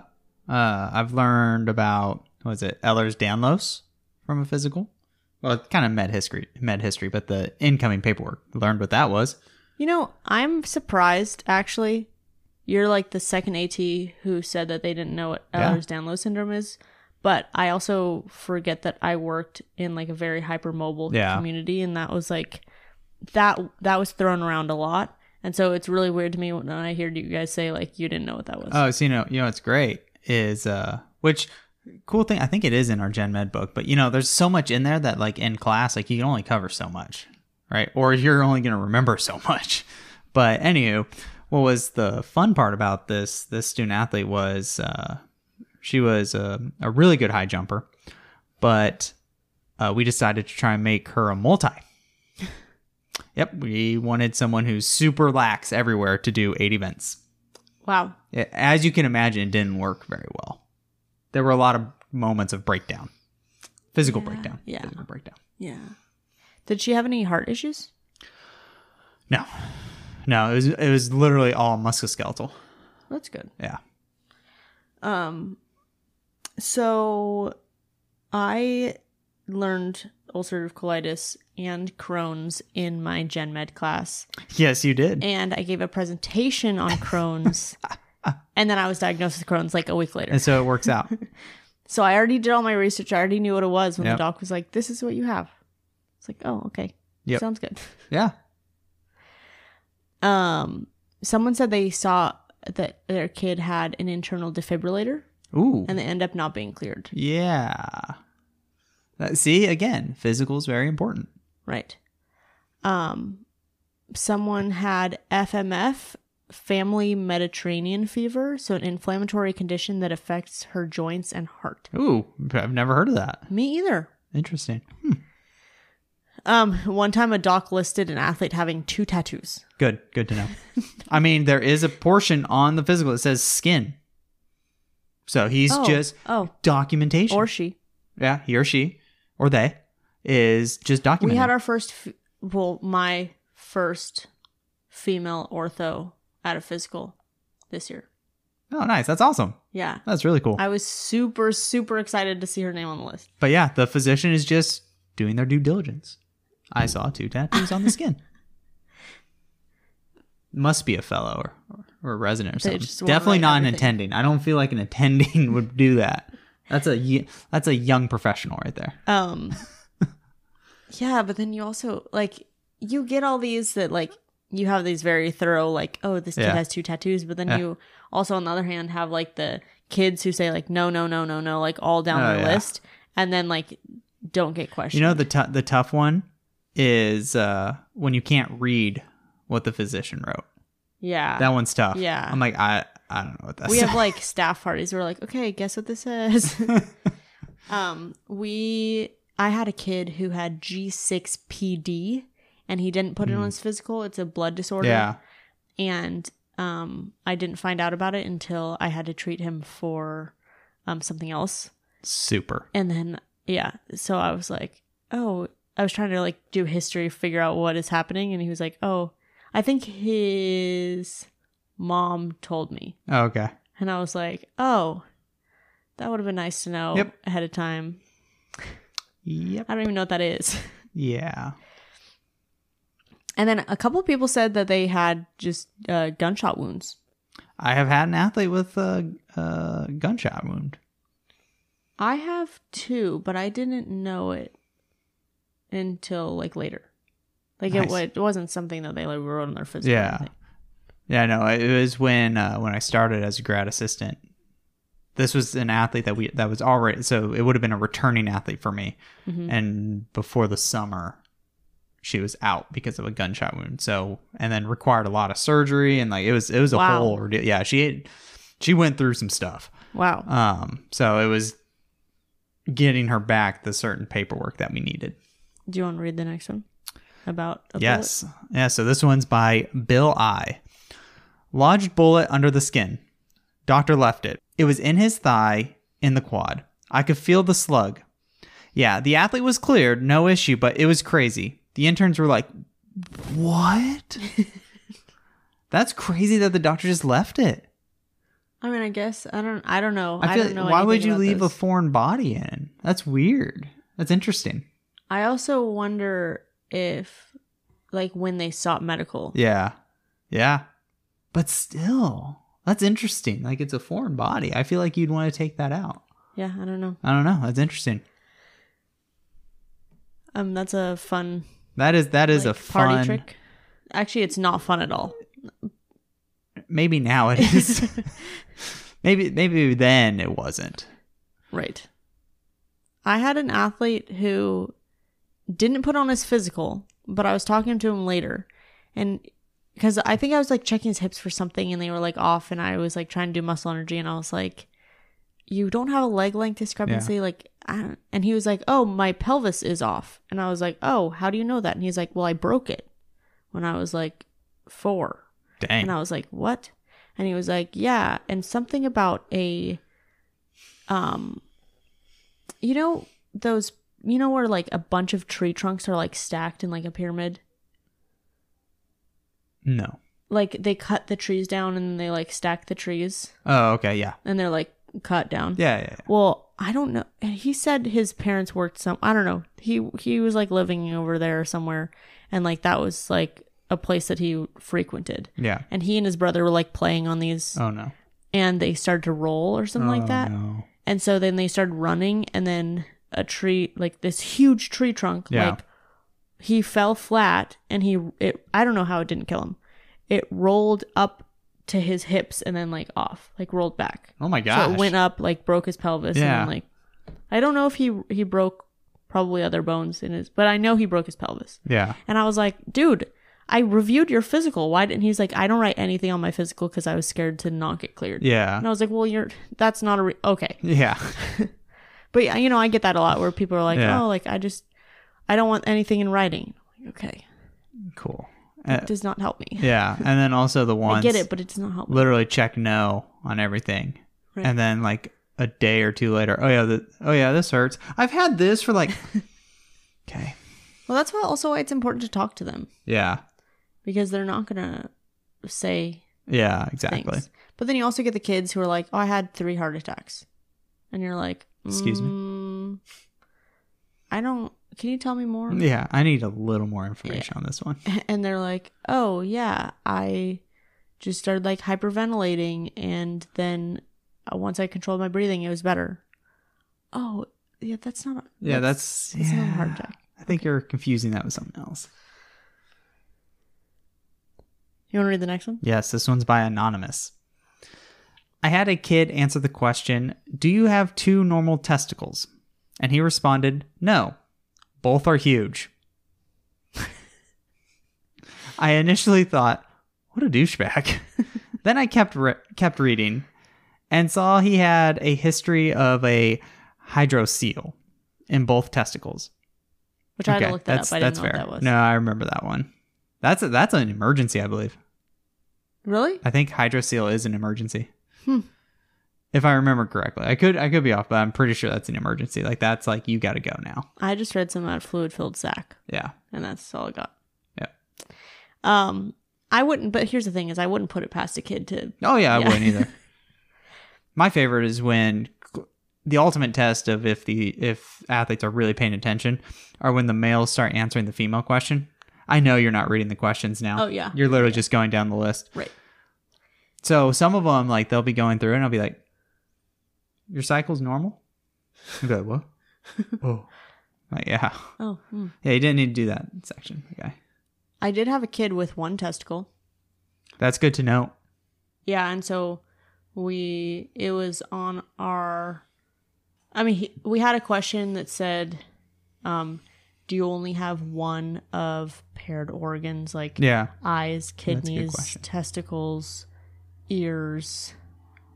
B: uh I've learned about what is it, Ehlers Danlos from a physical. Well, it's kind of med history med history, but the incoming paperwork. Learned what that was.
A: you know i'm surprised actually you're like the second at who said that they didn't know what
B: Yeah.
A: ehlers-danlos syndrome is but i also forget that i worked in like a very hypermobile
B: Yeah.
A: community and that was like that that was thrown around a lot and so it's really weird to me when i hear you guys say like you didn't know what that was
B: Oh, so you know, you know what's great is uh which cool thing. I think it is in our gen med book, but you know, there's so much in there that like in class, like you can only cover so much, right? Or you're only going to remember so much. But anywho, what was the fun part about this? This student athlete was uh, she was a, a really good high jumper, but uh, we decided to try and make her a multi. Yep, we wanted someone who's super lax everywhere to do eight events.
A: Wow.
B: Yeah, As you can imagine, it didn't work very well. There were a lot of moments of breakdown, physical
A: Yeah,
B: breakdown,
A: yeah.
B: physical breakdown.
A: Yeah. Did she have any heart issues?
B: No, no, it was it was literally all musculoskeletal.
A: That's good.
B: Yeah,
A: Um so I learned ulcerative colitis and Crohn's in my gen med class.
B: yes, you did.
A: And I gave a presentation on Crohn's. and then I was diagnosed with Crohn's like a week later.
B: And so it works out.
A: So I already did all my research. I already knew what it was when
B: Yep.
A: the doc was like, "This is what you have." It's like, "Oh, okay,
B: Yep.
A: sounds good."
B: yeah,
A: Um, someone said they saw that their kid had an internal defibrillator,
B: ooh,
A: and they end up not being cleared.
B: yeah. That- see again, physical is very important.
A: Right. Um, someone had FMF, family Mediterranean fever, so an inflammatory condition that affects her joints and heart.
B: Ooh, I've never heard of that.
A: Me either.
B: Interesting.
A: Um, one time a doc listed an athlete having two tattoos.
B: Good, good to know. I mean, there is a portion on the physical that says skin. So he's
A: oh,
B: just
A: oh,
B: documentation.
A: or she.
B: yeah, he or she or they is just documenting.
A: We had our first, f- well, my first female ortho at a physical this year.
B: oh, nice. That's awesome.
A: Yeah.
B: That's really cool.
A: I was super, super excited to see her name on the list.
B: but yeah, the physician is just doing their due diligence. I saw two tattoos on the skin. Must be a fellow or, or, a resident or
A: They
B: something.
A: just wanna
B: Definitely
A: write
B: not an
A: everything.
B: attending. I don't feel like an attending would do that. That's a y- that's a young professional right there.
A: Um, yeah, but then you also, like, you get all these that, like, you have these very thorough, like, oh, this kid
B: Yeah.
A: has two tattoos, but then
B: Yeah.
A: you also, on the other hand, have, like, the kids who say, like, no, no, no, no, no, like, all down
B: Oh,
A: the
B: yeah.
A: list, and then, like, don't get questioned.
B: You know the t- the tough one is uh, when you can't read what the physician wrote.
A: yeah.
B: That one's tough.
A: Yeah.
B: I'm like I I don't know what that's.
A: we have like staff parties. We're like, okay, guess what this is. um, we I had a kid who had G6PD, and he didn't put it on his physical. It's a blood disorder.
B: Hmm. yeah.
A: and um, I didn't find out about it until I had to treat him for um something else,
B: Super.
A: and then yeah, so I was like, oh, I was trying to like do history, figure out what is happening, and he was like, oh, I think his mom told me.
B: Okay.
A: And I was like, oh, that would have been nice to know
B: Yep.
A: ahead of time.
B: Yep.
A: I don't even know what that is.
B: Yeah.
A: And then a couple of people said that they had just uh, gunshot wounds.
B: I have had an athlete with a, a gunshot wound.
A: I have two, but I didn't know it until like later. Like it,
B: Nice.
A: wa- it wasn't something that they like wrote on their physical. or
B: Yeah.
A: anything.
B: Yeah, no, it was when uh, when I started as a grad assistant. This was an athlete that we that was already so it would have been a returning athlete for me.
A: Mhm.
B: And before the summer, she was out because of a gunshot wound. So and then required a lot of surgery and like it was it was a
A: Wow.
B: whole ordeal. Yeah, she had, she went through some stuff.
A: Wow.
B: Um, so it was getting her back the certain paperwork that we needed.
A: Do you want to read the next one about a
B: yes. Yeah, so this one's by Bill I. Lodged bullet under the skin. Doctor left it. It was in his thigh in the quad. I could feel the slug. Yeah, the athlete was cleared, no issue, but it was crazy. The interns were like, "What? That's crazy that the doctor just left it."
A: bullet? I mean, I guess I don't. I don't know. I,
B: feel
A: don't know.
B: why would
A: anything
B: you
A: about
B: leave a
A: this.
B: foreign body in? That's weird. That's interesting.
A: I also wonder if, like, when they sought medical,
B: Yeah. Yeah. But still, that's interesting. Like it's a foreign body. I feel like you'd want to take that out.
A: Yeah, I don't know.
B: I don't know. That's interesting.
A: Um, that's a fun
B: That is that is
A: like,
B: a fun
A: party trick. Actually, it's not fun at all.
B: Maybe now it is. maybe maybe then it wasn't.
A: Right. I had an athlete who didn't put on his physical, but I was talking to him later. And because I think I was like checking his hips for something and they were like off, and I was like trying to do muscle energy, and I was like, You don't have a leg length discrepancy? Like, I don't. And he was like, Oh, my pelvis is off. And I was like, Oh, how do you know that? And he's like, Well, I broke it when I was like four.
B: Dang.
A: And I was like, "What?" And he was like, "Yeah." And something about a, um, you know those, you know where like a bunch of tree trunks are like stacked in like a pyramid.
B: no.
A: Like they cut the trees down and they like stack the trees
B: Oh, okay. Yeah.
A: and they're like cut down.
B: Yeah. Yeah. yeah.
A: Well, I don't know. And He said his parents worked some. I don't know. He he was like living over there somewhere, and like that was like a place that he frequented.
B: Yeah.
A: And he and his brother were like playing on these
B: Oh no.
A: and they started to roll or something
B: Oh,
A: like that.
B: No.
A: And so then they started running, and then a tree, like this huge tree trunk,
B: Yeah.
A: like he fell flat, and he, it, I don't know how it didn't kill him. It rolled up to his hips and then like off, like rolled back.
B: Oh my gosh.
A: So it went up, like broke his pelvis,
B: Yeah.
A: and then like, I don't know if he he broke probably other bones in his, but I know he broke his pelvis.
B: Yeah.
A: And I was like, dude, I reviewed your physical. Why didn't he's like, I don't write anything on my physical because I was scared to not get cleared.
B: Yeah.
A: And I was like, well, you're that's not a re- okay.
B: Yeah.
A: But yeah, you know, I get that a lot where people are like,
B: Yeah.
A: oh, like I just I don't want anything in writing. I'm like, okay,
B: cool. Uh,
A: it does not help me.
B: yeah. And then also the
A: I
B: ones
A: get it, but it does not help. me.
B: literally check no on everything,
A: Right.
B: and then like a day or two later, oh yeah, the, oh yeah, this hurts. I've had this for like. okay.
A: Well, that's why also why it's important to talk to them
B: Yeah.
A: because they're not gonna say
B: Yeah. Exactly.
A: things. But then you also get the kids who are like, oh, I had three heart attacks, and you're like,
B: Excuse me?
A: me. I don't. Can you tell me more?
B: Yeah. I need a little more information on this one.
A: and they're like, "Oh yeah, I just started like hyperventilating, and then uh, once I controlled my breathing, it was better." Oh yeah, that's not.
B: Yeah. That's.
A: that's
B: yeah.
A: not a heart attack.
B: I think you're confusing that with something else.
A: You want to read the next one?
B: Yes, this one's by Anonymous. I had a kid answer the question, Do you have two normal testicles? And he responded, No, both are huge. I initially thought, What a douchebag. then I kept, re- kept reading and saw he had a history of a hydrocele in both testicles.
A: Which I had to look that
B: that's,
A: up. I didn't
B: that's
A: know
B: fair.
A: what that was.
B: No, I remember that one. That's a, that's an emergency, I believe.
A: Really?
B: I think hydrocele is an emergency.
A: Hmm.
B: If I remember correctly. I could I could be off, but I'm pretty sure that's an emergency. Like that's like you gotta go now.
A: I just read some about fluid filled sac,
B: Yeah.
A: and that's all I got.
B: Yeah.
A: Um, I wouldn't. But here's the thing: is I wouldn't put it past a kid to.
B: Oh yeah, I
A: Yeah.
B: wouldn't either. My favorite is when the ultimate test of if the if athletes are really paying attention are when the males start answering the female question. I know you're not reading the questions now.
A: Oh yeah.
B: You're literally just going down the list.
A: Right.
B: So some of them, like they'll be going through, and I'll be like, "Your cycle's normal." I go, "What?" oh, like yeah,
A: Oh. hmm.
B: yeah. You didn't need to do that section. Okay,
A: I did have a kid with one testicle.
B: that's good to know.
A: Yeah, and so we it was on our I mean, he, we had a question that said um do you only have one of paired organs like
B: Yeah,
A: eyes,
B: good
A: kidneys,
B: question.
A: testicles, ears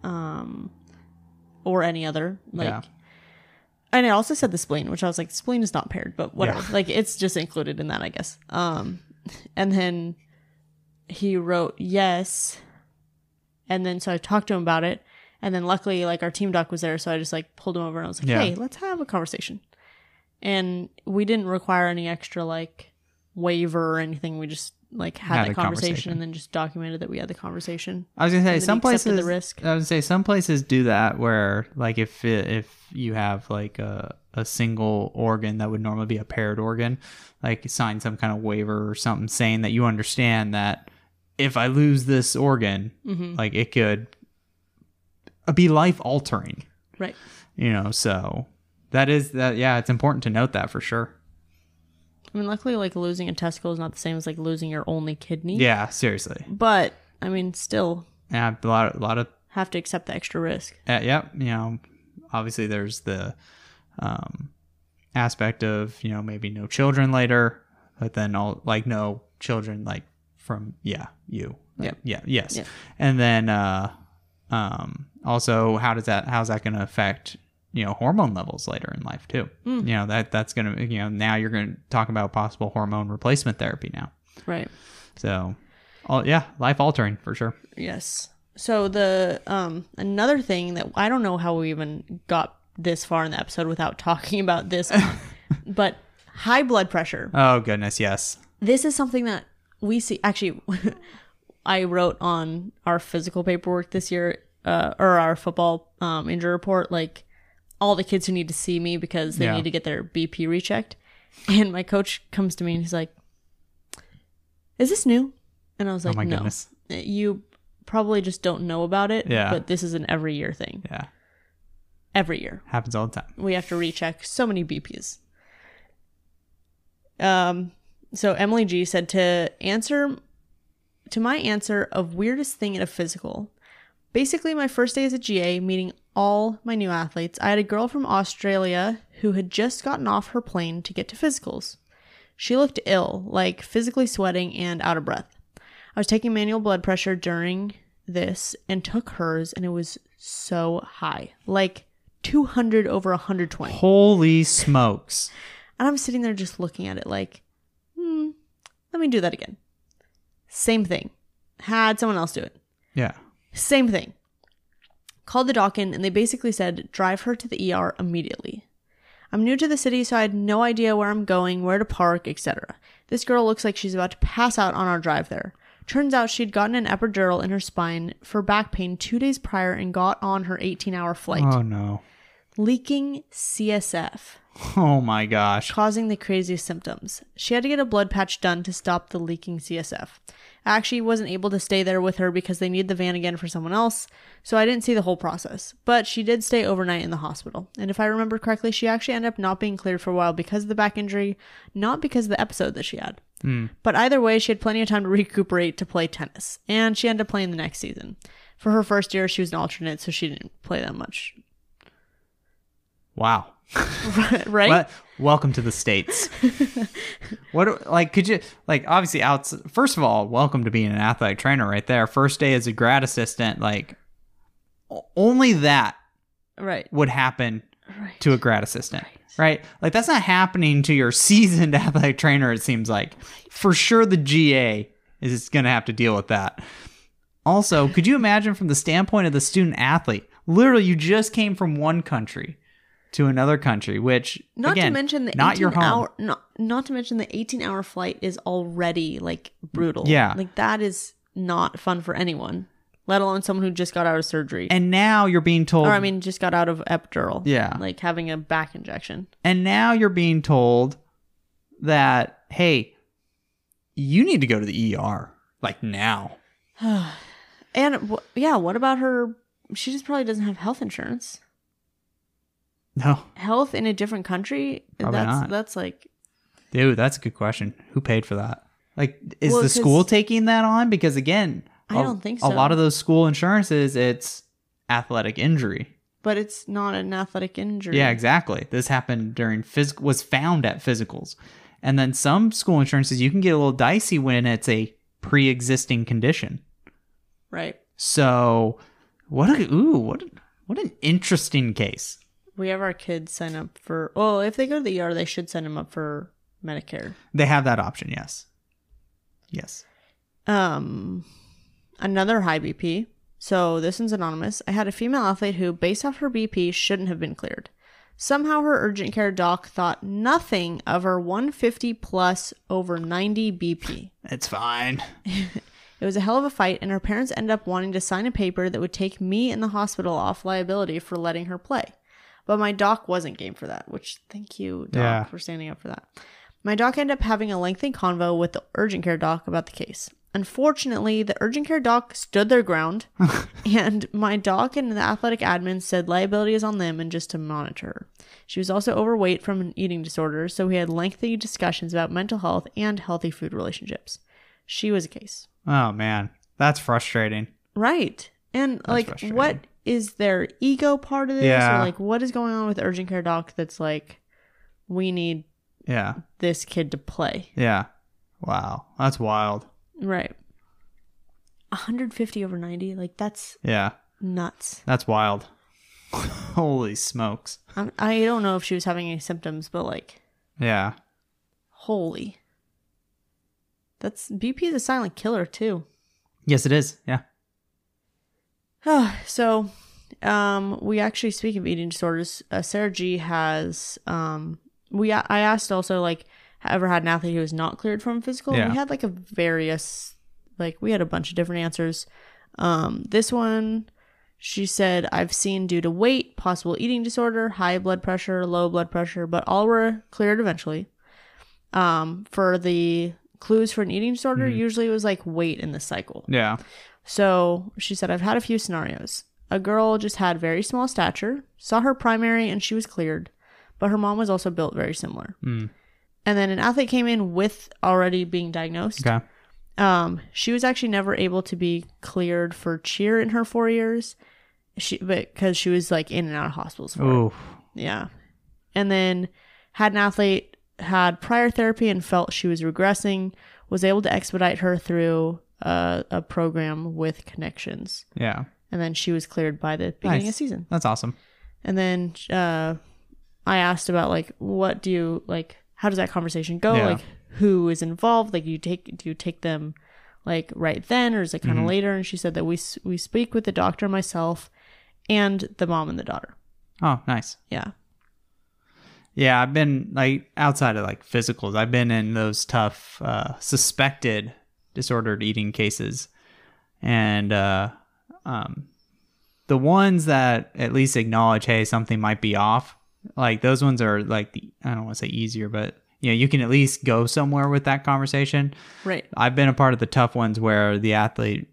A: um or any other like
B: Yeah.
A: and it also said the spleen, which I was like, the spleen is not paired, but whatever.
B: Yeah.
A: Like it's just included in that, I guess. Um, and then he wrote yes, and then so I talked to him about it, and then luckily like our team doc was there, so I just like pulled him over and I was like,
B: Yeah.
A: hey, let's have a conversation. And we didn't require any extra like waiver or anything. We just like had,
B: Had
A: the
B: a
A: conversation,
B: conversation.
A: and then just documented that we had the conversation.
B: I was gonna say
A: And then
B: some
A: he accepted
B: places.
A: the risk.
B: I would say some places do that where, like, if it, if you have like a a single organ that would normally be a paired organ, like sign some kind of waiver or something saying that you understand that if I lose this organ,
A: Mm-hmm.
B: like it could be life altering
A: Right.
B: you know so that is that yeah it's important to note that for sure
A: I mean, luckily, like losing a testicle is not the same as like losing your only kidney.
B: yeah seriously
A: But I mean, still
B: yeah a lot a lot of
A: have to accept the extra risk.
B: uh, yep you know obviously there's the um, aspect of you know maybe no children later, but then all like no children like from yeah you
A: Yep.
B: yeah yes,
A: Yep.
B: and then uh, um, also how does that how's that going to affect you know hormone levels later in life too?
A: Mm.
B: You know that that's going to you know now you're going to talk about possible hormone replacement therapy now.
A: Right.
B: So, oh yeah, life altering for sure.
A: Yes. So the um another thing that I don't know how we even got this far in the episode without talking about this, but high blood pressure.
B: Oh goodness, yes.
A: This is something that we see actually I wrote on our physical paperwork this year uh, or our football um, injury report like all the kids who need to see me because they
B: Yeah.
A: need to get their BP rechecked. And my coach comes to me and he's like, "Is this new?" And I was
B: Oh
A: like,
B: my
A: "No."
B: goodness.
A: you probably just don't know about it.
B: Yeah.
A: But this is an every year thing.
B: Yeah,
A: Every year.
B: happens all the time.
A: We have to recheck so many BPs. Um so Emily G said to answer to my answer of weirdest thing at a physical. Basically my first day as a GA meeting all my new athletes, I had a girl from Australia who had just gotten off her plane to get to physicals. She looked ill, like physically sweating and out of breath. I was taking manual blood pressure during this and took hers, and it was so high like 200 over 120.
B: Holy smokes.
A: And I'm sitting there just looking at it like, hmm, let me do that again. Same thing. Had someone else do it.
B: Yeah.
A: Same thing. Called the doc in, and they basically said, drive her to the ER immediately. I'm new to the city, so I had no idea where I'm going, where to park, etc. This girl looks like she's about to pass out on our drive there. Turns out she'd gotten an epidural in her spine for back pain two days prior and got on her 18 hour flight.
B: Oh no.
A: Leaking CSF
B: Oh my gosh.
A: causing the craziest symptoms. She had to get a blood patch done to stop the leaking CSF. I actually wasn't able to stay there with her because they need the van again for someone else, so I didn't see the whole process. But she did stay overnight in the hospital. And if I remember correctly, she actually ended up not being cleared for a while because of the back injury, not because of the episode that she had. But either way, she had plenty of time to recuperate to play tennis, and she ended up playing the next season. For her first year, she was an alternate, so she didn't play that much.
B: Wow.
A: right?
B: What? Welcome to the states. what do- like could you like obviously outs first of all, welcome to being an athletic trainer right there. First day as a grad assistant like o- only that
A: Right.
B: would happen
A: Right.
B: to a grad assistant. Right. Like that's not happening to your seasoned athletic trainer it seems like. For sure the GA is going to have to deal with that. Also, could you imagine from the standpoint of the student athlete? Literally you just came from one country to another country, which
A: Not
B: again,
A: to mention the
B: not
A: 18
B: your home.
A: hour not, not to mention the 18 hour flight is already like brutal.
B: Yeah.
A: Like that is not fun for anyone, let alone someone who just got out of surgery.
B: and now you're being told
A: or I mean just got out of epidural.
B: Yeah.
A: Like having a back injection.
B: and now you're being told that hey, you need to go to the ER like now.
A: and w- yeah, what about her she just probably doesn't have health insurance.
B: No.
A: Health in a different country?
B: Probably
A: that's
B: not.
A: that's like
B: Dude, that's a good question. Who paid for that? Like, is
A: Well,
B: the
A: 'cause-
B: school taking that on? Because again,
A: I
B: a-
A: don't think
B: A
A: so.
B: lot of those school insurances, it's athletic injury.
A: but it's not an athletic injury.
B: Yeah, exactly. This happened during physical was found at physicals, and then some school insurances you can get a little dicey when it's a pre-existing condition.
A: Right.
B: So, what a ooh, what a- what an interesting case.
A: We have our kids sign up for well, if they go to the ER, they should send them up for Medicare.
B: They have that option, yes, yes.
A: um another high bp so this one's anonymous i had a female athlete who based off her bp shouldn't have been cleared somehow her urgent care doc thought nothing of her 150 plus over 90 bp
B: It's fine.
A: it was a hell of a fight and her parents ended up wanting to sign a paper that would take me and the hospital off liability for letting her play but my doc wasn't game for that which thank you doc
B: Yeah.
A: for standing up for that my doc ended up having a lengthy convo with the urgent care doc about the case. Unfortunately, the urgent care doc stood their ground, and my doc and the athletic admin said liability is on them and just to monitor her. She was also overweight from an eating disorder, so we had lengthy discussions about mental health and healthy food relationships. She was a case.
B: Oh man, that's frustrating.
A: Right. And like
B: frustrating.
A: what is there ego part of this
B: Yeah.
A: or like what is going on with urgent care doc that's like we need
B: Yeah.
A: this kid to play
B: Yeah. Wow. That's wild.
A: right 150 over 90 like that's
B: Yeah.
A: nuts
B: That's wild. Holy smokes.
A: I'm, i don't know if she was having any symptoms but like
B: Yeah.
A: holy that's bp is a silent killer too
B: Yes, it is. Yeah.
A: so um we actually speak of eating disorders uh, sarah g has um we i asked also like ever had an athlete who was not cleared from physical
B: Yeah.
A: we had like a various like we had a bunch of different answers um this one she said i've seen due to weight possible eating disorder high blood pressure low blood pressure but all were cleared eventually um for the clues for an eating disorder usually it was like weight in the cycle
B: Yeah.
A: so she said, I've had a few scenarios. A girl just had very small stature, saw her primary, and she was cleared, but her mom was also built very similar.
B: Mm.
A: And then an athlete came in with already being diagnosed.
B: Okay.
A: Um, she was actually never able to be cleared for cheer in her four years, she because she was like in and out of hospitals. For it.
B: Ooh.
A: Yeah. And then had an athlete had prior therapy and felt she was regressing, was able to expedite her through uh, a, a program with connections.
B: Yeah.
A: And then she was cleared by the beginning
B: Nice.
A: of season.
B: That's awesome.
A: And then uh, I asked about like, what do you like? How does that conversation go?
B: Yeah.
A: Like, who is involved? Like, you take do you take them like right then, or is it kind of
B: Mm-hmm.
A: later? And she said that we s- we speak with the doctor, myself, and the mom and the daughter.
B: Oh, nice.
A: Yeah.
B: Yeah, I've been like outside of like physicals, I've been in those tough uh, suspected disordered eating cases, and uh, um, the ones that at least acknowledge, hey, something might be off. Like those ones are like the I don't want to say easier, but you know you can at least go somewhere with that conversation.
A: Right.
B: I've been a part of the tough ones where the athlete,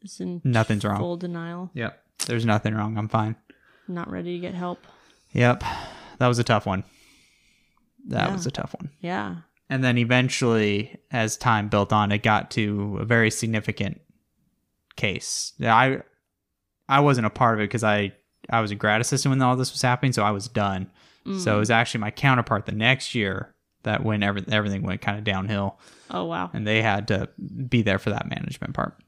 A: It's in
B: nothing's wrong.
A: full denial,
B: Yep, there's nothing wrong. I'm fine.
A: not ready to get help.
B: Yep, that was a tough one. That
A: Yeah.
B: was a tough one.
A: Yeah.
B: and then eventually as time built on it got to a very significant case Yeah, i i wasn't a part of it because i i was a grad assistant when all this was happening so i was done
A: Mm.
B: so it was actually my counterpart the next year that when every, everything went kind of downhill
A: Oh wow.
B: and they had to be there for that management part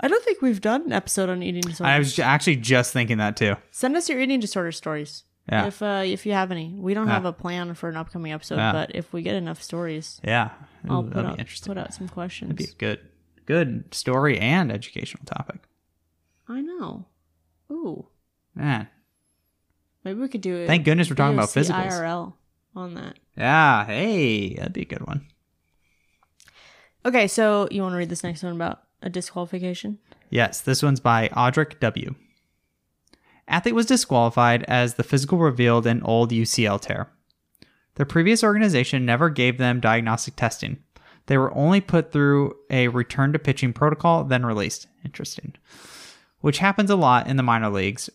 A: I don't think we've done an episode on eating disorders.
B: i was ju- actually just thinking that too
A: Send us your eating disorder stories.
B: Yeah.
A: If uh, if you have any, we don't
B: Yeah.
A: have a plan for an upcoming episode,
B: Yeah.
A: but if we get enough stories,
B: yeah
A: I'll
B: Ooh,
A: put
B: that'd
A: out,
B: be interesting
A: put out some questions.
B: that'd be a good good story and educational topic
A: I know. Ooh,
B: man
A: maybe we could do it.
B: thank goodness we're talking about physicals
A: IRL on that.
B: Yeah, Ah, hey, that'd be a good one.
A: Okay, so you want to read this next one about a disqualification?
B: Yes, this one's by Audric W. Athlete was disqualified as the physical revealed an old UCL tear. Their previous organization never gave them diagnostic testing. They were only put through a return to pitching protocol, then released. Interesting. Which happens a lot in the minor leagues.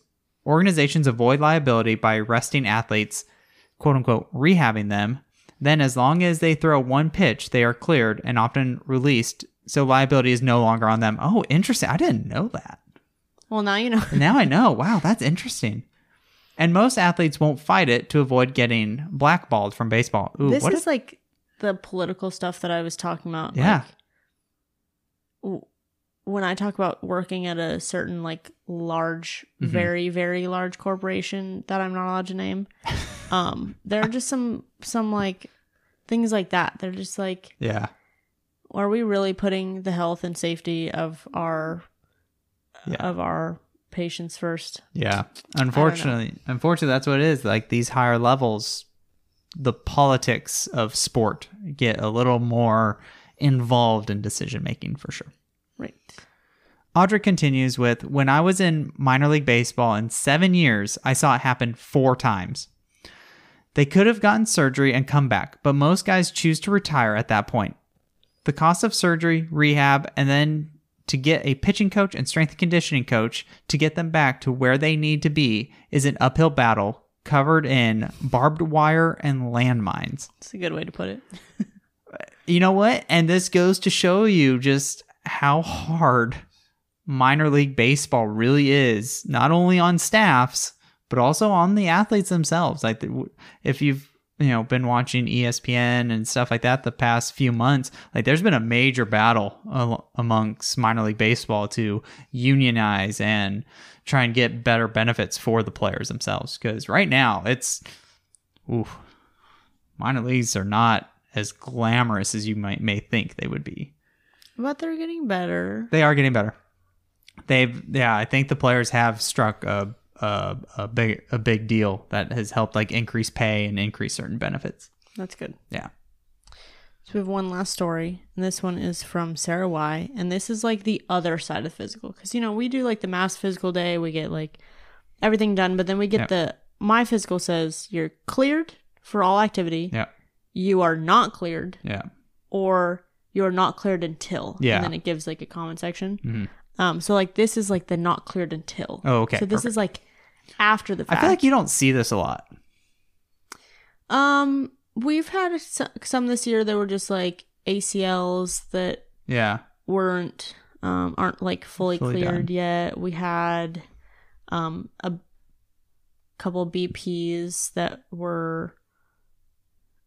B: Organizations avoid liability by arresting athletes, quote unquote, rehabbing them. Then, as long as they throw one pitch, they are cleared and often released, so liability is no longer on them. Oh, interesting. I didn't know that.
A: Well, now you know.
B: And now I know. Wow, that's interesting. And most athletes won't fight it to avoid getting blackballed from baseball. Ooh,
A: this
B: what
A: is
B: if-
A: like the political stuff that I was talking about.
B: yeah,
A: like, w- when I talk about working at a certain like large,
B: Mhm.
A: very very large corporation that I'm not allowed to name, um, there are just some some like things like that. They're just like,
B: yeah,
A: are we really putting the health and safety of our
B: Yeah.
A: of our patients first?
B: yeah. Unfortunately, unfortunately, that's what it is. Like these higher levels, the politics of sport get a little more involved in decision making for sure.
A: Right.
B: Audra continues with When I was in minor league baseball in seven years, I saw it happen four times. They could have gotten surgery and come back, but most guys choose to retire at that point. The cost of surgery, rehab, and then to get a pitching coach and strength and conditioning coach to get them back to where they need to be is an uphill battle covered in barbed wire and landmines
A: It's a good way to put it.
B: you know what? And this goes to show you just how hard minor league baseball really is, not only on staffs, but also on the athletes themselves. Like the- if you've you know been watching E ESPN and stuff like that the past few months, like there's been a major battle al- amongst minor league baseball to unionize and try and get better benefits for the players themselves. Because right now it's, oof, minor leagues are not as glamorous as you might may think they would be.
A: But they're getting better.
B: They are getting better. They've yeah, I think the players have struck a a, a big a big deal that has helped like increase pay and increase certain benefits.
A: That's good.
B: Yeah.
A: So we have one last story, and this one is from Sarah Y. And this is like the other side of physical, because you know we do like the mass physical day, we get like everything done, but then we get
B: Yeah.
A: the my physical says you're cleared for all activity.
B: Yeah.
A: You are not cleared,
B: Yeah.
A: or you're not cleared until.
B: Yeah.
A: And then it gives like a comment section.
B: Mhm.
A: Um. So like this is like the not cleared until.
B: Oh, okay.
A: So this
B: perfect.
A: is like after the fact.
B: I feel like you don't see this a lot.
A: Um, we've had s- some this year that were just like ACLs that
B: Yeah.
A: weren't um aren't like fully,
B: Fully
A: cleared
B: done.
A: yet. We had um a couple BPs that were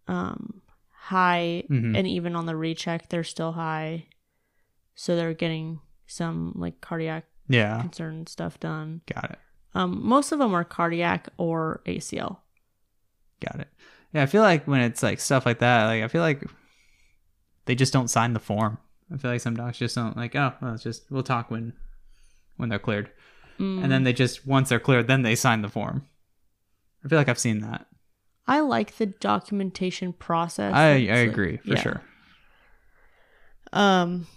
A: um high
B: Mhm.
A: and even on the recheck they're still high. So they're getting some like cardiac
B: Yeah.
A: concern stuff done.
B: Got it.
A: Um most of them are cardiac or ACL.
B: Got it. Yeah, I feel like when it's like stuff like that, like I feel like they just don't sign the form. I feel like some docs just don't like, oh, well, it's just we'll talk when when they're cleared.
A: Mm.
B: and then they just once they're cleared, then they sign the form. I feel like I've seen that.
A: I like the documentation process.
B: I, I
A: It's like-
B: agree for
A: yeah.
B: sure.
A: Um,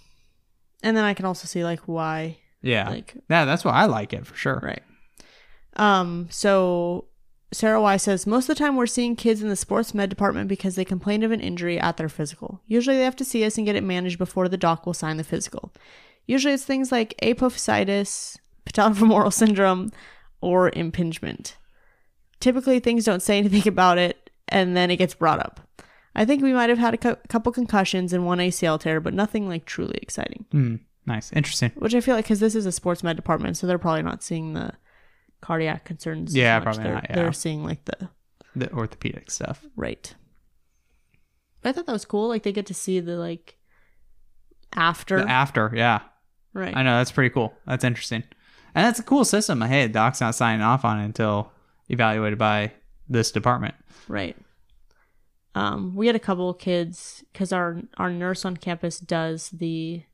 A: and then I can also see like why,
B: Yeah,
A: like
B: yeah, that's why I like it for sure.
A: right. Um, so Sarah Y says most of the time we're seeing kids in the sports med department because they complained of an injury at their physical. Usually they have to see us and get it managed before the doc will sign the physical. Usually it's things like apophysitis, patellofemoral syndrome, or impingement. Typically things don't say anything about it, and then it gets brought up. I think we might have had a cou- couple concussions and one ACL tear, but nothing like truly exciting
B: Hmm. nice, interesting.
A: which I feel like because this is a sports med department, so they're probably not seeing the cardiac concerns. as
B: Yeah,
A: much.
B: probably
A: they're,
B: not, yeah.
A: They're seeing like the
B: The orthopedic stuff.
A: right. But I thought that was cool. Like they get to see the like after
B: The after, yeah,
A: right.
B: I know that's pretty cool. That's interesting, and that's a cool system. Hey, the doc's not signing off on it until evaluated by this department.
A: Right. Um, we had a couple of kids because our our nurse on campus does the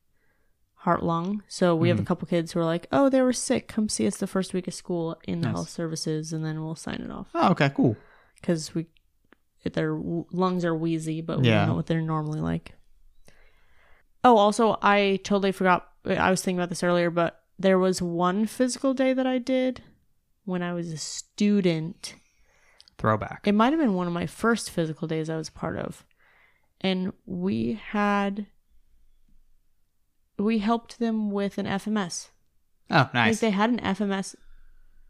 A: heart lung. So we
B: Mm.
A: have a couple kids who are like, "Oh, they were sick. Come see us the first week of school in the
B: Nice.
A: health services, and then we'll sign it off."
B: Oh, okay, cool.
A: because we their w- lungs are wheezy, but we
B: Yeah.
A: don't know what they're normally like. Oh, also, I totally forgot. I was thinking about this earlier, but there was one physical day that I did when I was a student.
B: Throwback.
A: It might have been one of my first physical days I was part of, and we had we helped them with an FMS.
B: Oh,
A: Like
B: nice,
A: they had an FMS,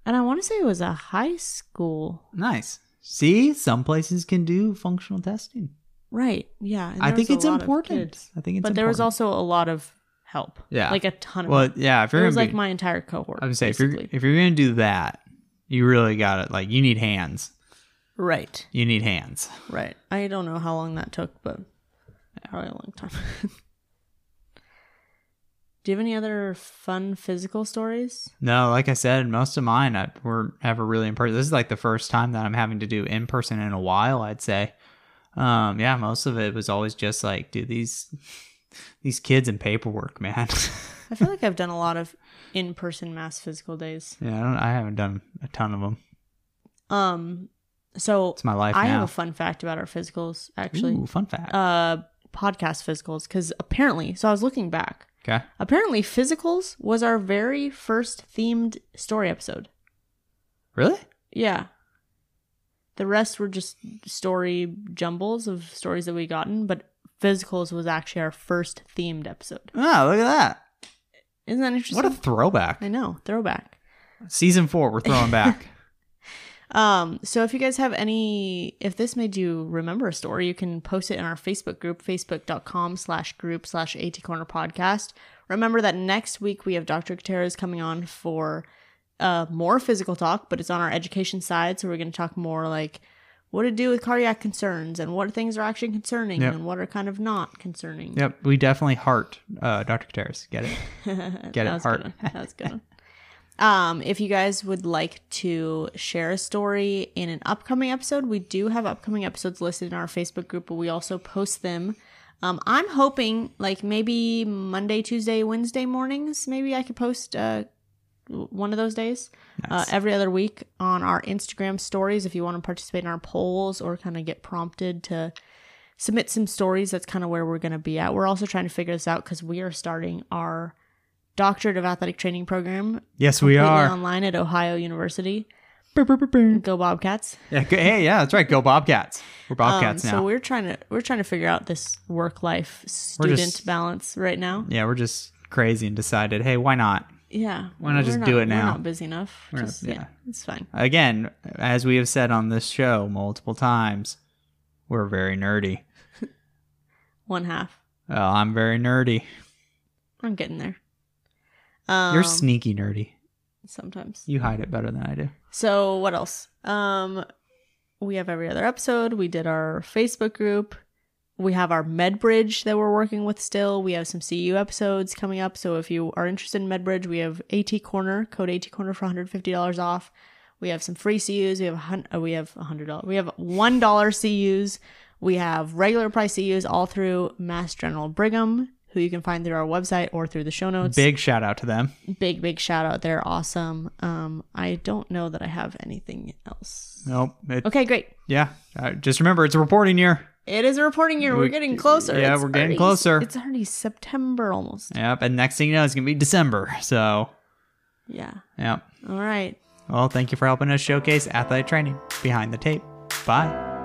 A: and I want to say it was a high school,
B: nice. See, some places can do functional testing.
A: right? Yeah, and
B: I
A: there
B: think
A: was a
B: it's
A: lot of
B: important.
A: kids.
B: I think it's.
A: but there was
B: important.
A: also a lot of help.
B: Yeah.
A: like a ton of.
B: well,
A: help.
B: yeah. If
A: It
B: you're
A: was
B: gonna
A: like
B: be-
A: my entire cohort.
B: I would say
A: basically.
B: if you're if you're gonna do that, you really got it. Like you need hands.
A: right,
B: You need hands.
A: right. I don't know how long that took, but probably a long time. Do you have any other fun physical stories?
B: No, like I said, most of mine I were never really in person. This is like the first time that I'm having to do in person in a while. I'd say. Um, yeah, most of it was always just like, dude, these these kids and paperwork, man.
A: I feel like I've done a lot of in-person mass physical days.
B: yeah, I don't. I haven't done a ton of them.
A: Um, so
B: It's my life
A: I have
B: now.
A: a fun fact about our physicals, actually.
B: Ooh, fun fact.
A: Uh, podcast physicals, because apparently, so I was looking back.
B: okay.
A: Apparently, physicals was our very first themed story episode.
B: Really?
A: Yeah. The rest were just story jumbles of stories that we gotten, but physicals was actually our first themed episode.
B: Oh, look at that.
A: Isn't that interesting?
B: What a throwback.
A: I know, throwback.
B: Season four, we're throwing back.
A: Um, so if you guys have any if this made you remember a story, you can post it in our Facebook group, facebook.com slash group slash AT Corner Podcast. Remember that next week we have Dr. Gutierrez coming on for uh, more physical talk, but it's on our education side. So we're going to talk more like what to do with cardiac concerns and what things are actually concerning
B: Yep.
A: and what are kind of not concerning.
B: Yep, we definitely heart uh, Dr. Gutierrez. Get it? Get
A: that
B: it,
A: was
B: heart.
A: Good one. That was good. one. Um, if you guys would like to share a story in an upcoming episode, we do have upcoming episodes listed in our Facebook group, but we also post them. Um, I'm hoping like maybe Monday, Tuesday, Wednesday mornings, maybe I could post uh, one of those days uh,
B: Nice.
A: every other week on our Instagram stories. If you want to participate in our polls or kind of get prompted to submit some stories, that's kind of where we're going to be at. We're also trying to figure this out because we are starting our Doctorate of Athletic Training program
B: yes, we
A: completely
B: are.
A: online at Ohio University. Go Bobcats!
B: Yeah, go- hey, yeah, that's right. Go Bobcats. We're
A: Um,
B: Bobcats now.
A: So we're trying to we're trying to figure out this work life student balance right now.
B: yeah, we're just crazy and decided, hey, why not?
A: Yeah,
B: Why not
A: We're
B: just do it now?
A: We're not busy enough.
B: not-
A: Just, yeah.
B: yeah.
A: it's fine.
B: Again, as we have said on this show multiple times, we're very nerdy.
A: One half.
B: Oh, I'm very nerdy.
A: I'm getting there. Um,
B: You're sneaky nerdy.
A: sometimes.
B: You hide it better than I do.
A: So what else? Um we have every other episode. We did our Facebook group. We have our MedBridge that we're working with still. We have some CU episodes coming up. So if you are interested in MedBridge, we have AT Corner, code AT Corner for $150 off. We have some free CUs. We have a hun- uh, we have $100. We have $1 CUs. We have regular price CUs all through Mass General Brigham, who you can find through our website or through the show notes
B: Big shout out to them.
A: big big shout out they're awesome um i don't know that i have anything else
B: Nope. It,
A: okay great
B: Yeah. Uh, just remember, it's a reporting year.
A: it is a reporting year we're
B: We-
A: getting closer
B: yeah,
A: It's
B: we're getting
A: already-
B: closer.
A: it's already september almost
B: Yep. And next thing you know, it's going to be December. So,
A: yeah
B: yep.
A: all right
B: Well, thank you for helping us showcase athletic training behind the tape. Bye.